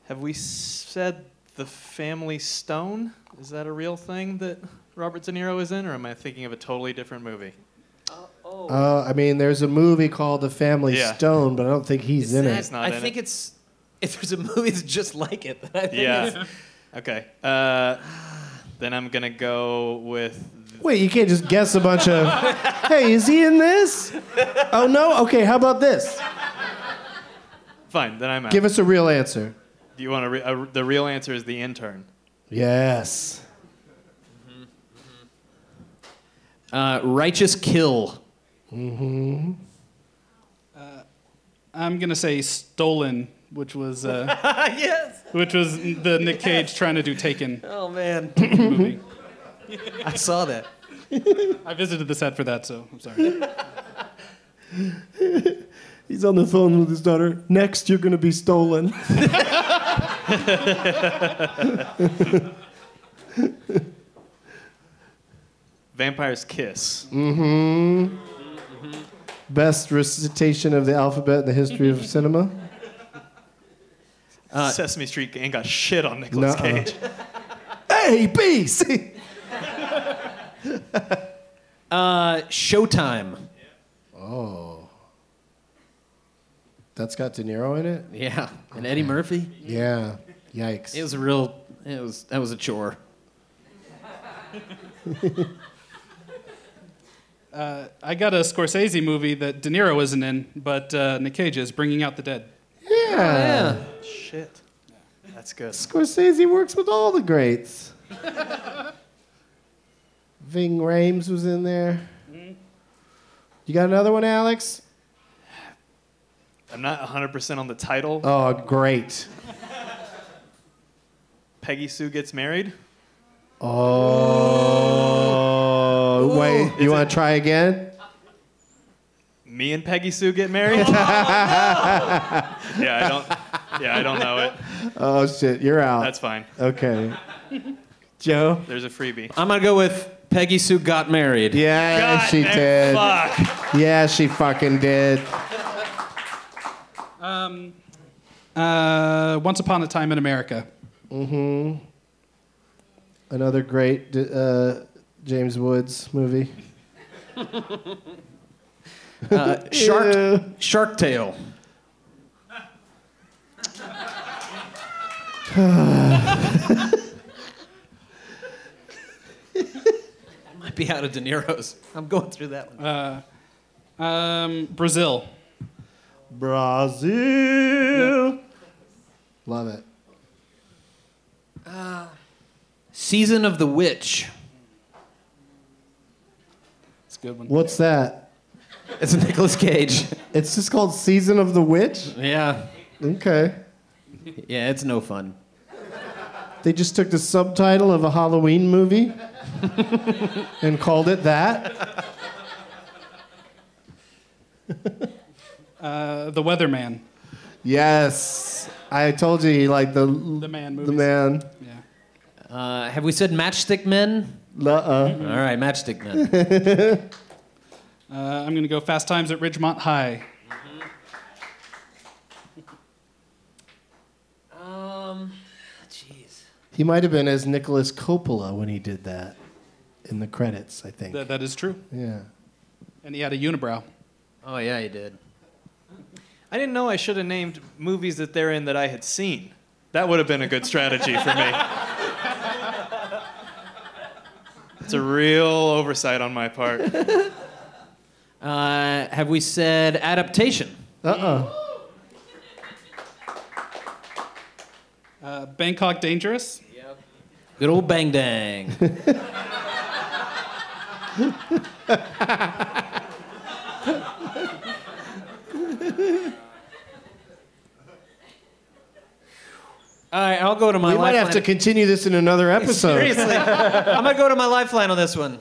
Speaker 5: Have we said the Family Stone? Is that a real thing that Robert De Niro is in, or am I thinking of a totally different movie?
Speaker 3: Oh.
Speaker 2: Uh, I mean, there's a movie called The Family
Speaker 5: Yeah.
Speaker 2: Stone, but I don't think he's in
Speaker 3: That-
Speaker 2: it.
Speaker 5: not
Speaker 3: I
Speaker 5: in it.
Speaker 3: think it's if there's a movie that's just like it. Then I think
Speaker 5: Yeah.
Speaker 3: it's-
Speaker 5: okay. Uh, then I'm gonna go with
Speaker 2: Wait, you can't just guess a bunch of. hey, is he in this? Oh no. Okay, how about this?
Speaker 5: fine. Then I'm out.
Speaker 2: Give us a real answer.
Speaker 5: Do you want to? Re- uh, the real answer is the intern.
Speaker 2: Yes.
Speaker 3: Uh, righteous kill.
Speaker 2: Mm-hmm.
Speaker 4: I'm going to say Stolen, which was uh,
Speaker 3: yes.
Speaker 4: which was the Nick Cage trying to do Taken
Speaker 3: Oh man.
Speaker 4: movie.
Speaker 3: I saw that.
Speaker 4: I visited the set for that, so I'm sorry.
Speaker 2: He's on the phone with his daughter. Next, you're gonna be stolen.
Speaker 5: Vampire's Kiss.
Speaker 2: Mm-hmm. Best recitation of the alphabet in the history of cinema.
Speaker 5: Sesame Street gang got shit on Nicolas
Speaker 2: Nuh-uh.
Speaker 5: Cage.
Speaker 2: A B C.
Speaker 3: Uh, Showtime.
Speaker 2: Oh. That's got De Niro in it.
Speaker 3: Yeah, and Eddie Murphy.
Speaker 2: Yeah. Yikes.
Speaker 3: It was a real. It was that was a chore.
Speaker 4: Uh, I got a Scorsese movie that De Niro isn't in, but uh, Nick Cage is, Bringing Out the Dead.
Speaker 2: Yeah.
Speaker 5: Shit. That's good.
Speaker 2: Scorsese works with all the greats. Ving Rhames was in there. You got another one, Alex?
Speaker 5: I'm not 100% on the title.
Speaker 2: Oh, great.
Speaker 5: Peggy Sue gets married.
Speaker 2: Oh. Wait, you want to try again?
Speaker 5: Me and Peggy Sue get married. yeah, I don't. Yeah, I don't know it.
Speaker 2: Oh, shit. You're out.
Speaker 5: That's fine.
Speaker 2: Okay. Joe?
Speaker 5: There's a freebie.
Speaker 3: I'm gonna go with Peggy Sue got married.
Speaker 2: Yeah,
Speaker 5: God
Speaker 2: she
Speaker 5: damn-
Speaker 2: did.
Speaker 5: fuck.
Speaker 2: Yeah, she fucking did.
Speaker 4: Um, uh, Once Upon a Time in America.
Speaker 2: hmm Another great uh, James Woods movie.
Speaker 3: Uh, shark Shark Tale. Might be out of De Niro's. I'm going through that one.
Speaker 4: Uh, um, Brazil.
Speaker 2: Brazil. Love it.
Speaker 3: Season of the Witch.
Speaker 4: It's a good one.
Speaker 2: What's that?
Speaker 3: It's Nicolas Cage.
Speaker 2: It's just called Season of the Witch?
Speaker 3: Yeah,
Speaker 2: Okay.
Speaker 3: yeah, it's no fun.
Speaker 2: They just took the subtitle of a Halloween movie and called it that.
Speaker 4: Uh, the Weatherman.
Speaker 2: Yes. I told you he liked the
Speaker 4: The Man
Speaker 2: The
Speaker 4: movies.
Speaker 2: man.
Speaker 4: Yeah.
Speaker 3: Uh, have we said Matchstick Men?
Speaker 2: Uh-uh.
Speaker 3: All right, matchstick man.
Speaker 4: Uh, I'm going to go Fast Times at Ridgemont High.
Speaker 3: Um,
Speaker 2: He might have been as Nicholas Coppola when he did that in the credits, I think.
Speaker 4: That, that is true.
Speaker 2: Yeah.
Speaker 4: And he had a unibrow.
Speaker 3: Oh yeah, he did.
Speaker 5: I didn't know I should have named movies that they're in that I had seen. That would have been a good strategy for me. It's a real oversight on my part.
Speaker 3: Uh, have we said adaptation?
Speaker 2: Uh-uh.
Speaker 4: Uh, Bangkok Dangerous.
Speaker 3: Good old Bang Dang. All right, I'll go to my
Speaker 2: we might have
Speaker 3: lifeline.
Speaker 2: to continue this in another episode.
Speaker 3: Seriously, I'm gonna go to my lifeline on this one.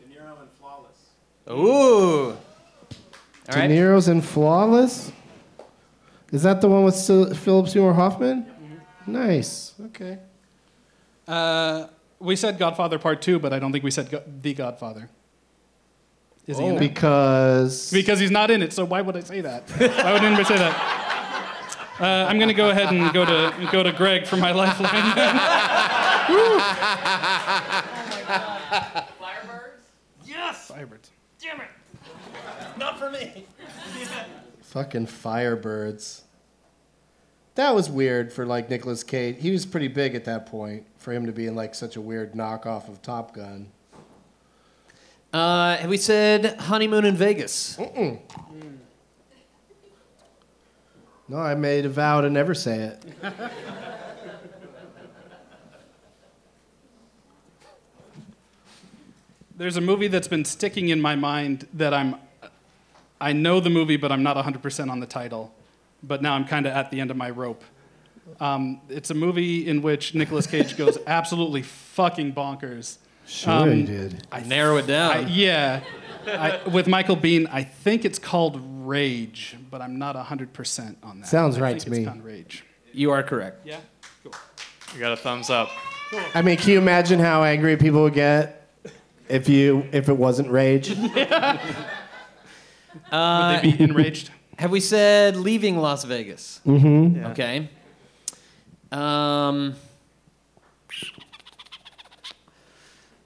Speaker 3: De Niro and Flawless. Ooh. All
Speaker 2: De
Speaker 3: right.
Speaker 2: Niro's in Flawless? Is that the one with Sil- Philip Seymour Hoffman?
Speaker 4: Mm-hmm.
Speaker 2: Nice. Okay.
Speaker 4: Uh, we said Godfather Part 2, but I don't think we said Go- The Godfather. Is he in
Speaker 2: Oh.
Speaker 4: there?
Speaker 2: Because
Speaker 4: Because he's not in it, so why would I say that? Why would anybody say that? Uh, I'm going to go ahead and go to, go to Greg for my lifeline. then. Woo!
Speaker 3: Yes.
Speaker 4: Firebirds.
Speaker 3: Damn it. Not for me.
Speaker 2: fucking Firebirds. That was weird for like Nicolas Cage. He was pretty big at that point for him to be in like such a weird knockoff of Top Gun.
Speaker 3: Uh, have we said honeymoon in Vegas?
Speaker 4: Oh,
Speaker 2: Mm-mm. No, I made a vow to never say it.
Speaker 4: There's a movie that's been sticking in my mind that I'm, I know the movie, but I'm not 100% on the title. But now I'm kind of at the end of my rope. Um, it's a movie in which Nicolas Cage goes absolutely fucking bonkers.
Speaker 2: Sure he did.
Speaker 4: I
Speaker 3: narrow it down.
Speaker 4: I- yeah. I, with Michael Bean, I think it's called Rage, but I'm not 100% on that.
Speaker 2: Sounds
Speaker 4: I
Speaker 2: right
Speaker 4: think
Speaker 2: to
Speaker 4: it's
Speaker 2: me.
Speaker 4: called Rage.
Speaker 3: You are correct.
Speaker 4: Yeah.
Speaker 5: You got a thumbs up.
Speaker 2: I mean, can you imagine how angry people would get if you if it wasn't rage?
Speaker 3: Uh,
Speaker 4: Would they be enraged?
Speaker 3: Have we said leaving Las Vegas?
Speaker 2: Mhm. Yeah.
Speaker 3: Okay. Um,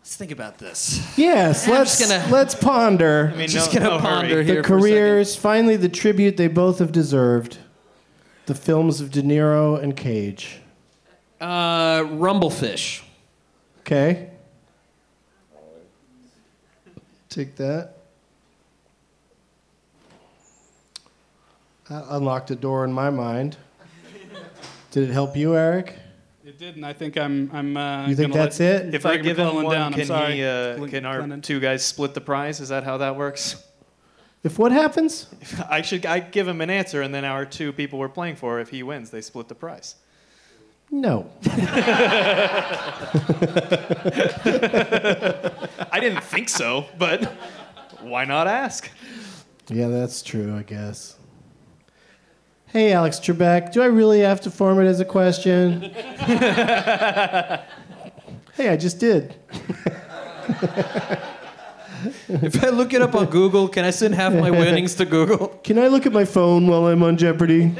Speaker 3: let's think about this.
Speaker 2: Yes,
Speaker 3: I'm
Speaker 2: let's
Speaker 3: just gonna-
Speaker 2: let's ponder.
Speaker 3: I mean, Just no- gonna
Speaker 4: Oh,
Speaker 3: no ponder hurry.
Speaker 2: the
Speaker 3: here for a second.
Speaker 2: careers. Finally, the tribute they both have deserved. The films of De Niro and Cage.
Speaker 3: Uh, Rumblefish.
Speaker 2: Okay. Take that. That unlocked a door in my mind. Did it help you, Eric?
Speaker 4: It did, and I think I'm. I'm uh,
Speaker 2: You think
Speaker 4: gonna
Speaker 2: that's
Speaker 4: let
Speaker 2: it?
Speaker 5: If I
Speaker 4: Greg
Speaker 5: give him
Speaker 4: McClellan
Speaker 5: one,
Speaker 4: down, I'm
Speaker 5: can
Speaker 4: sorry.
Speaker 5: he? Uh, can our two guys split the prize? Is that how that works?
Speaker 2: If what happens?
Speaker 5: I should. I give him an answer, and then our two people we're playing for, if he wins, they split the prize.
Speaker 2: No.
Speaker 5: I didn't think so, but why not ask?
Speaker 2: Yeah, that's true, I guess. Hey, Alex Trebek, do I really have to form it as a question? hey, I just did.
Speaker 3: If I look it up on Google, can I send half my winnings to Google?
Speaker 2: Can I look at my phone while I'm on Jeopardy?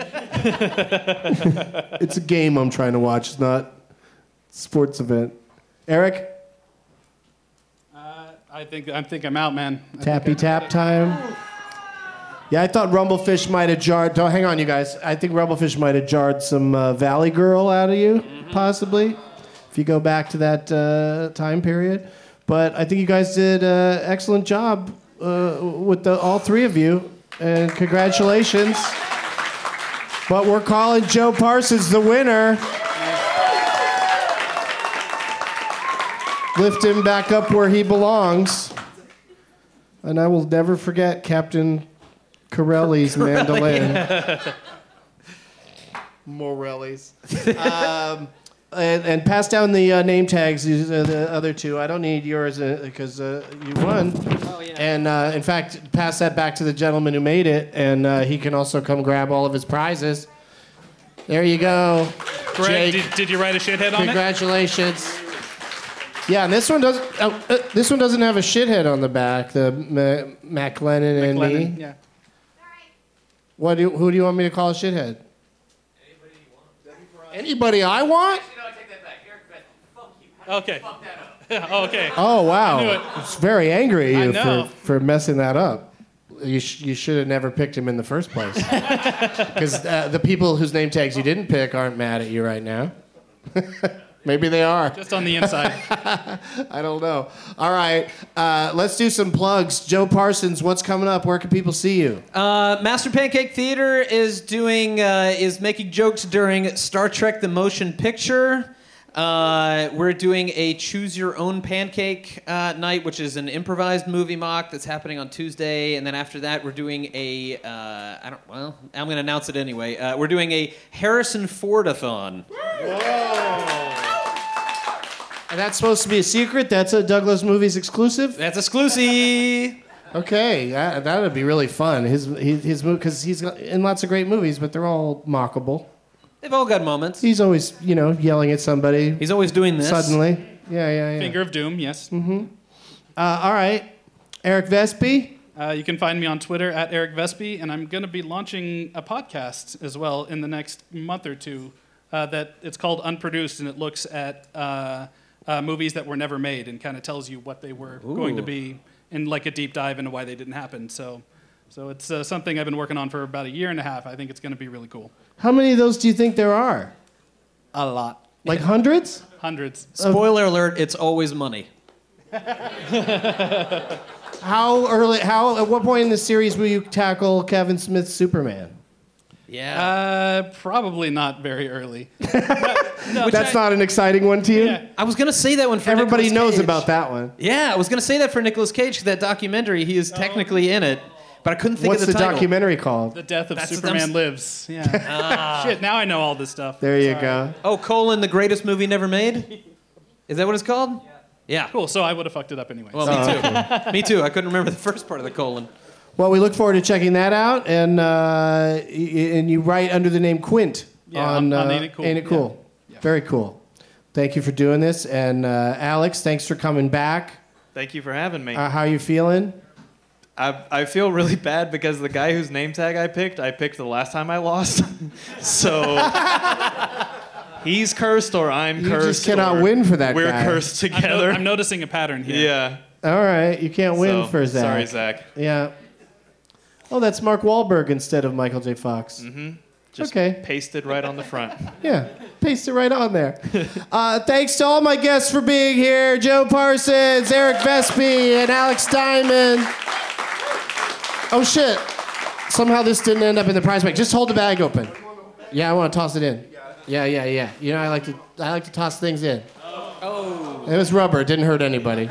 Speaker 2: it's a game I'm trying to watch, it's not a sports event. Eric,
Speaker 4: Uh, I think I think I'm out, man. I think
Speaker 2: tappy tap time. Yeah, I thought Rumblefish might have jarred. Don't hang on, you guys. I think Rumblefish might have jarred some uh, Valley Girl out of you,
Speaker 4: Mm-hmm.
Speaker 2: possibly, if you go back to that uh, time period. But I think you guys did uh, excellent job uh, with the, all three of you, and congratulations. But we're calling Joe Parsons the winner. Lift him back up where he belongs. And I will never forget Captain Corelli's mandolin. Morelli's. um, and, and pass down the uh, name tags, these are the other two. I don't need yours because uh, you won. Oh, yeah. And uh, in fact, pass that back to the gentleman who made it, and uh, he can also come grab all of his prizes. There you go.
Speaker 4: Greg,
Speaker 2: Jake,
Speaker 4: did, did you write a shithead on it?
Speaker 2: congratulations. Yeah, and this one doesn't. Oh, uh, this one doesn't have a shithead on the back. The Ma- McLennan and me.
Speaker 4: yeah.
Speaker 2: What do, who do you want me to call a shithead? Anybody I want?
Speaker 4: Okay. okay.
Speaker 2: Oh
Speaker 4: I knew
Speaker 2: wow!
Speaker 4: it.
Speaker 2: It's very angry at
Speaker 4: I
Speaker 2: you
Speaker 4: know.
Speaker 2: for, for messing that up. You, sh- you should have never picked him in the first place. Because uh, the people whose name tags you didn't pick aren't mad at you right now. Maybe they are.
Speaker 4: Just on the inside.
Speaker 2: I don't know. All right, uh, let's do some plugs. Joe Parsons, what's coming up? Where can people see you?
Speaker 3: Uh, Master Pancake Theater is doing uh, is making jokes during Star Trek: The Motion Picture. Uh, we're doing a Choose Your Own Pancake uh, night, which is an improvised movie mock that's happening on Tuesday, and then after that, we're doing a uh, I don't well, I'm going to announce it anyway. Uh, we're doing a Harrison Fordathon.
Speaker 2: And that's supposed to be a secret. That's a Douglas Movies exclusive.
Speaker 3: That's exclusive.
Speaker 2: okay, that, that'd be really fun. His his, his movie because he's in lots of great movies, but they're all mockable.
Speaker 3: They've all got moments.
Speaker 2: He's always you know yelling at somebody. He's
Speaker 3: always doing this.
Speaker 2: suddenly. Yeah, yeah, yeah.
Speaker 4: Finger of Doom, yes.
Speaker 2: Mm-hmm. Uh, all right, Eric Vespi.
Speaker 4: Uh, you can find me on Twitter at Eric Vespi, and I'm going to be launching a podcast as well in the next month or two. Uh, that it's called Unproduced, and it looks at uh, uh, movies that were never made and kind of tells you what they were going to
Speaker 3: Ooh.
Speaker 4: be, and like a deep dive into why they didn't happen. So, so it's uh, something I've been working on for about a year and a half. I think it's going to be really cool.
Speaker 2: How many of those do you think there are?
Speaker 3: A lot.
Speaker 2: Like hundreds?
Speaker 4: Hundreds.
Speaker 3: Spoiler alert: It's always money.
Speaker 2: How early? How at what point in the series will you tackle Kevin Smith's Superman?
Speaker 3: Yeah.
Speaker 4: Uh, probably not very early.
Speaker 2: That's not an exciting one to you.
Speaker 3: I was gonna say that one for
Speaker 2: Everybody
Speaker 3: Nicolas
Speaker 2: knows
Speaker 3: Cage.
Speaker 2: about that one.
Speaker 3: Yeah, I was gonna say that for Nicolas Cage. 'cause That documentary, he is technically in it, but I couldn't think
Speaker 2: What's
Speaker 3: of
Speaker 2: the,
Speaker 3: the, title.
Speaker 2: documentary called?
Speaker 4: The death of
Speaker 3: That's what I'm
Speaker 4: Superman
Speaker 3: s-
Speaker 4: lives. Yeah. Shit. Now I know all this stuff.
Speaker 2: There you go.
Speaker 3: Oh, colon, the greatest movie never made. Is that what it's called? Yeah.
Speaker 4: Cool. So I would have fucked it up anyway.
Speaker 3: Well, me too. me too. I couldn't remember the first part of the colon.
Speaker 2: Well, we look forward to checking that out, and uh, y- and you write under the name Quint
Speaker 4: Yeah,
Speaker 2: on,
Speaker 4: on-
Speaker 2: uh,
Speaker 4: on Ain't It Cool.
Speaker 2: Ain't It
Speaker 4: Yeah.
Speaker 2: Cool? Very cool. Thank you for doing this, and uh, Alex, thanks for coming back.
Speaker 5: Thank you for having me.
Speaker 2: Uh, how you feeling?
Speaker 5: I, I feel really bad because the guy whose name tag I picked, I picked the last time I lost. so he's cursed or I'm
Speaker 2: You just
Speaker 5: cursed.
Speaker 2: cannot
Speaker 5: or
Speaker 2: win for that
Speaker 5: We're
Speaker 2: guy.
Speaker 5: cursed
Speaker 4: I'm no-
Speaker 5: together.
Speaker 4: I'm noticing a pattern here.
Speaker 5: Yeah.
Speaker 2: All right, you can't win
Speaker 5: So,
Speaker 2: for Zach.
Speaker 5: Sorry, Zach.
Speaker 2: Yeah. Oh, that's Mark Wahlberg instead of Michael J. Fox. Mm-hmm.
Speaker 5: Just
Speaker 2: Okay.
Speaker 5: pasted right on the front.
Speaker 2: Yeah, paste it right on there. Uh, thanks to all my guests for being here Joe Parsons, Eric Vespi, and Alex Diamond. Oh, shit. Somehow this didn't end up in the prize bag. Just hold the bag open. Yeah, I want to toss it in. Yeah, yeah, yeah. You know, I like to, I like to toss things in.
Speaker 3: Oh.
Speaker 2: It was rubber, it didn't hurt anybody.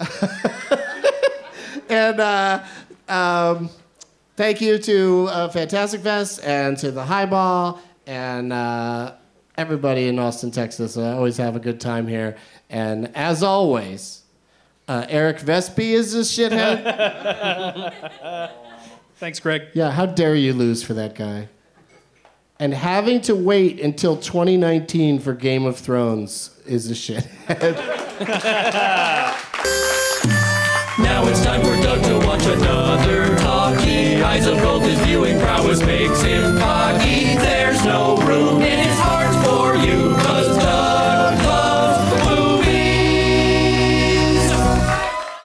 Speaker 2: and uh, um, thank you to uh, Fantastic Fest and to the Highball and uh, everybody in Austin, Texas. I always have a good time here. And as always, uh, Eric Vespi is a shithead.
Speaker 4: Thanks, Greg.
Speaker 2: yeah, how dare you lose for that guy? And having to wait until 2019 for Game of Thrones is a shithead.
Speaker 11: Now it's time for Doug to watch another hockey. Eyes of gold, his viewing prowess makes him cocky. There's no room in